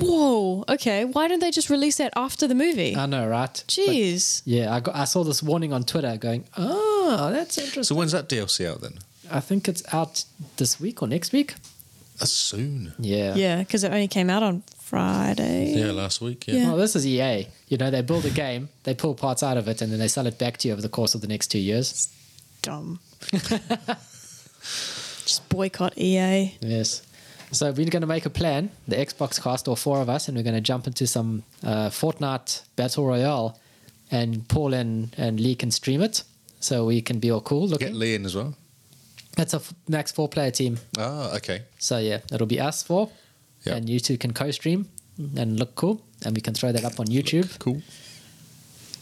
Whoa. Okay. Why didn't they just release that after the movie?
I know, right? But-
Jeez.
yeah, I, got, I saw this warning on Twitter going, oh, that's
So
interesting.
when's that DLC out then?
I think it's out this week or next week.
That's soon.
Yeah.
yeah, because it only came out on Friday.
Yeah, last week. Yeah.
Well, Oh, this is EA. You know, they build a game, they pull parts out of it, and then they sell it back to you over the course of the next two years.
Dumb. just boycott E EA.
Yes. So we're going to make a plan, the Xbox cast, or four of us, and we're going to jump into some uh, Fortnite Battle Royale, and Paul and, and Lee can stream it, so we can be all cool
Get
looking.
Lee in as well.
That's a f- max four player team.
Ah, okay.
So yeah, it'll be us four,
Yeah.
and you two can co-stream and look cool, and we can throw that up on YouTube.
Cool.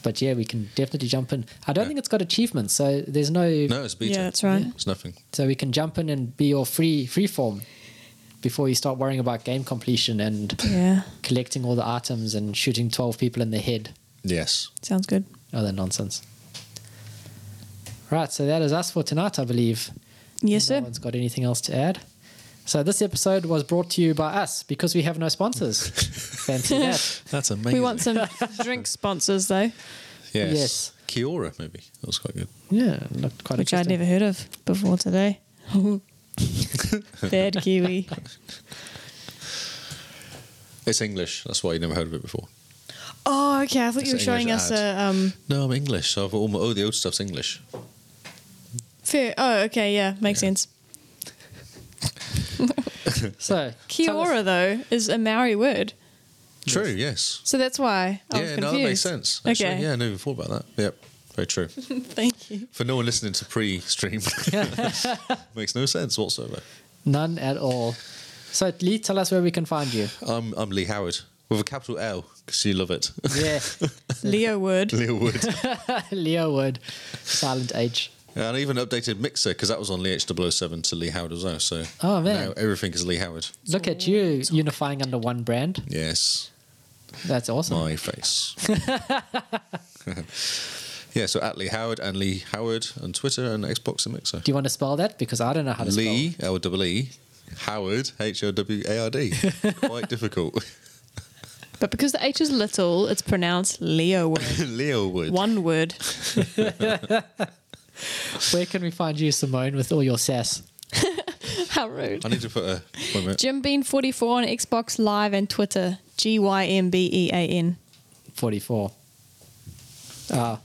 But yeah, we can definitely jump in. I don't
Yeah.
think it's got achievements, so there's no,
No, it's beta.
Yeah, that's right. Yeah.
It's nothing.
so we can jump in and be all free free form before you start worrying about game completion and
Yeah,
collecting all the items and shooting 12 people in the head.
Yes.
sounds good.
Oh, that nonsense. Right, so that is us for tonight, I believe.
Yes,
no
sir.
one's got anything else to add. So this episode was brought to you by us because we have no sponsors. Fancy that.
That's amazing.
We want some drink sponsors though,
Yes.
Yes.
Kiora, maybe. That was quite good.
Yeah, looked quite
which I'd
interesting.
never heard of before today. Bad Kiwi.
It's English. That's why you never heard of it before.
Oh, okay. I thought you were
It's an
showing
English
us
ad.
a um,
No, I'm English. So I've all my, oh, the old stuff's English.
fair. Oh, okay. Yeah, makes sense.
So, tell us-
Kiora though is a Maori word,
True, yes.
so that's why I was
yeah,
confused.
no, that makes sense. Actually.
Okay.
Yeah, I never even thought about that. Yep. Very true.
Thank you.
For no one listening to pre stream, makes no sense whatsoever.
None at all. So, Lee, tell us where we can find you.
I'm, I'm Lee Howard with a capital L because you love it.
Yeah,
Leo word.
Leo Wood.
Leo Wood, Silent H.
And I even updated Mixer because that was on Lee H007 to Lee Howard as well. So
Oh, man.
now everything is Lee Howard.
Look at you unifying under one brand.
Yes,
That's awesome.
my face. yeah, so at Lee Howard and Lee Howard on Twitter and Xbox and Mixer.
Do you want to spell that? Because I don't know how to
Lee, L double E, Howard, H O W A R D. Quite difficult.
But because the H is little, it's pronounced Leo word.
Leo Wood.
One word.
spell. Where can we find you, Simone, with all your sass?
How rude.
I need to put a. Wait a minute.
Jim Bean 44 on Xbox Live and Twitter. G Y M B E A N.
44. Ah,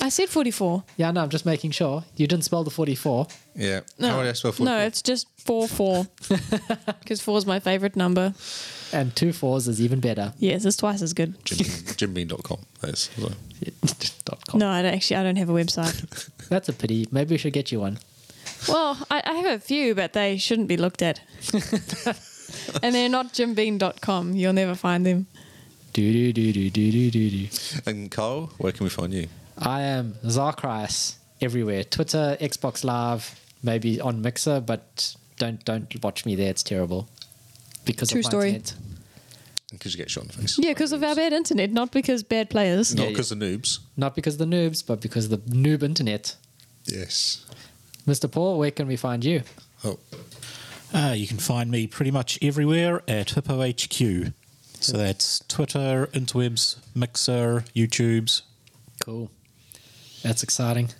I said 44.
yeah, no, I'm just making sure. You didn't spell the 44.
Yeah.
No,
How would I spell
no,
44?
it's just 4 4. Because 4 is my favorite number.
And two fours is even better.
Yes, it's twice as good.
Jim, jimbean.com. That is. as well.
Dot com.
No, I don't, actually, I don't have a website.
That's a pity. Maybe we should get you one.
well, I, I have a few, but they shouldn't be looked at. and they're not jimbean.com. You'll never find them.
Do, do, do, do, do, do, do, do.
And Carl, where can we find you?
I am Zarkris everywhere. Twitter, Xbox Live, maybe on Mixer, but don't don't watch me there. It's terrible. Because
True
of my
story.
internet.
Because you get shot in the face.
Yeah, because of our bad internet, not because bad players.
Not
Yeah,
because the noobs.
Not because of the noobs, but because of the noob internet.
Yes.
Mr. Paul, where can we find you?
Oh,
Uh, you can find me pretty much everywhere at Hippo HQ. So that's Twitter, interwebs, Mixer, YouTubes.
Cool. That's exciting.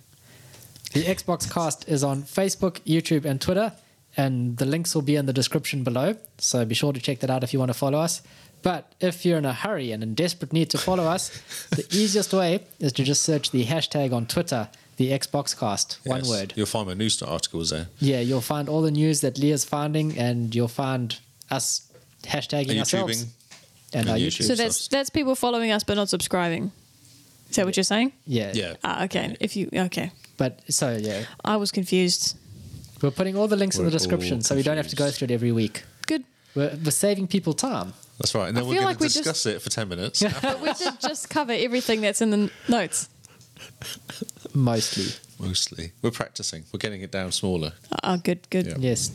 The Xbox cast is on Facebook, YouTube, and Twitter, and the links will be in the description below. So be sure to check that out if you want to follow us. But if you're in a hurry and in desperate need to follow us, the easiest way is to just search the hashtag on Twitter, the Xbox cast. One
yes.
word.
You'll find my news articles there.
Yeah, you'll find all the news that Leah's finding, and you'll find us hashtagging
YouTubing.
ourselves. And
And
our
YouTube.
YouTube.
So that's that's people following us but not subscribing. Is that what you're saying?
Yeah.
Yeah.
Ah, okay. If you okay,
But so, yeah.
I was confused.
We're putting all the links in the
We're all
description so we don't have to go
confused.
through it every week.
Good.
We're, we're saving people time.
That's right. And
I
then we're
feel
going
like
to
we just-
discuss it for 10 minutes.
But we did just cover everything that's in the n- notes.
Mostly.
Mostly. We're practicing. We're getting it down smaller.
Ah, good, good.
Yeah.
Yes.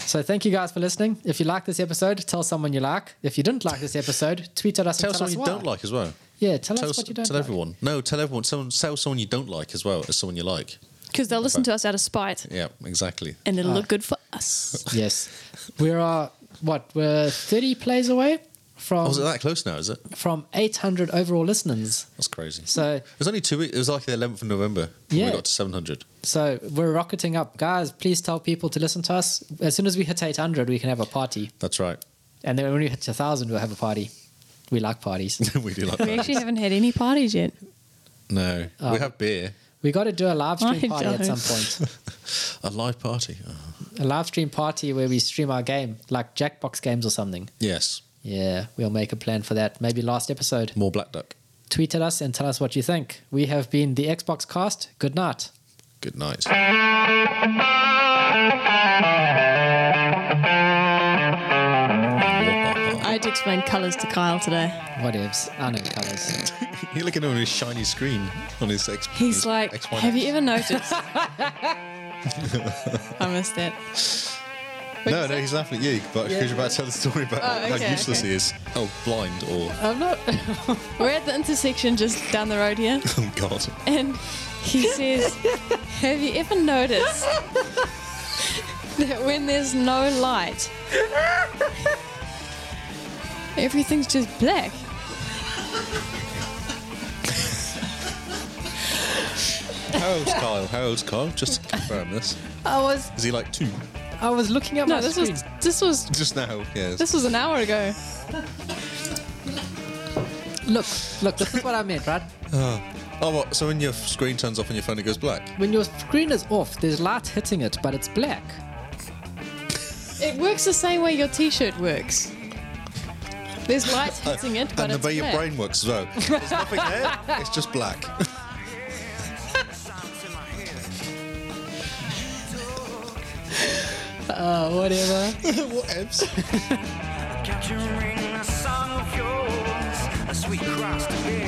So thank you guys for listening. If you like this episode, tell someone you like. If you didn't like this episode, tweet at us
Tell
and tell
someone
us
you
why.
don't like as well.
Yeah, tell,
tell
us what you don't
tell
like.
everyone. No, tell everyone. Someone, tell someone you don't like as well as someone you like.
Because they'll listen to us out of spite,
Yeah, exactly.
and it'll look good for us.
Yes. We are, what, we're 30 plays away from
Oh, is it that close now? Is it?
from 800 overall listeners.
That's crazy.
So
it was only two weeks. It was like the 11th of November. when
Yeah.
We got to 700.
so we're rocketing up. Guys, please tell people to listen to us. As soon as we hit 800, we can have a party.
That's right.
And then when we hit 1,000, we'll have a party. We like parties.
we do like
We
that.
actually haven't had any parties yet.
No,
Um,
we have beer.
We got to do a live stream
I
party at
don't.
some point.
A live party. Oh,
a live stream party where we stream our game, like Jackbox games or something.
Yes,
Yeah, we'll make a plan for that. Maybe last episode.
more Black Duck.
Tweet at us and tell us what you think. We have been the Xbox Cast. Good night.
Good night.
I had to explain colours to Kyle today.
Whatevs. I know colours.
You're looking on his shiny screen on his X.
He's like,
X1X.
have you ever noticed? I missed that.
No, no, he's laughing at you. But because you're about to tell the story about
Oh,
how
okay,
useless
okay.
he is. Oh, blind or
I'm not.
We're at the intersection just down the road here,
oh god.
and he says, Have you ever noticed that when there's no light, everything's just black?
How old's Kyle? How old's Kyle? Just to confirm this.
I was.
Is he like two?
I was looking at
No,
my
this
screen.
was this was
Just now, yes.
this was an hour ago.
Look, look. This is what I meant, right?
Oh, what? So when your screen turns off on your phone, it goes black.
When your screen is off, there's light hitting it, but it's black.
It works the same way your T-shirt works. There's light hitting it, but
and the
it's
way
black.
your brain works as well. There's nothing there. It's just black.
Oh, whatever.
Whatevs.
Capturing a song of yours, a sweet cross to bear.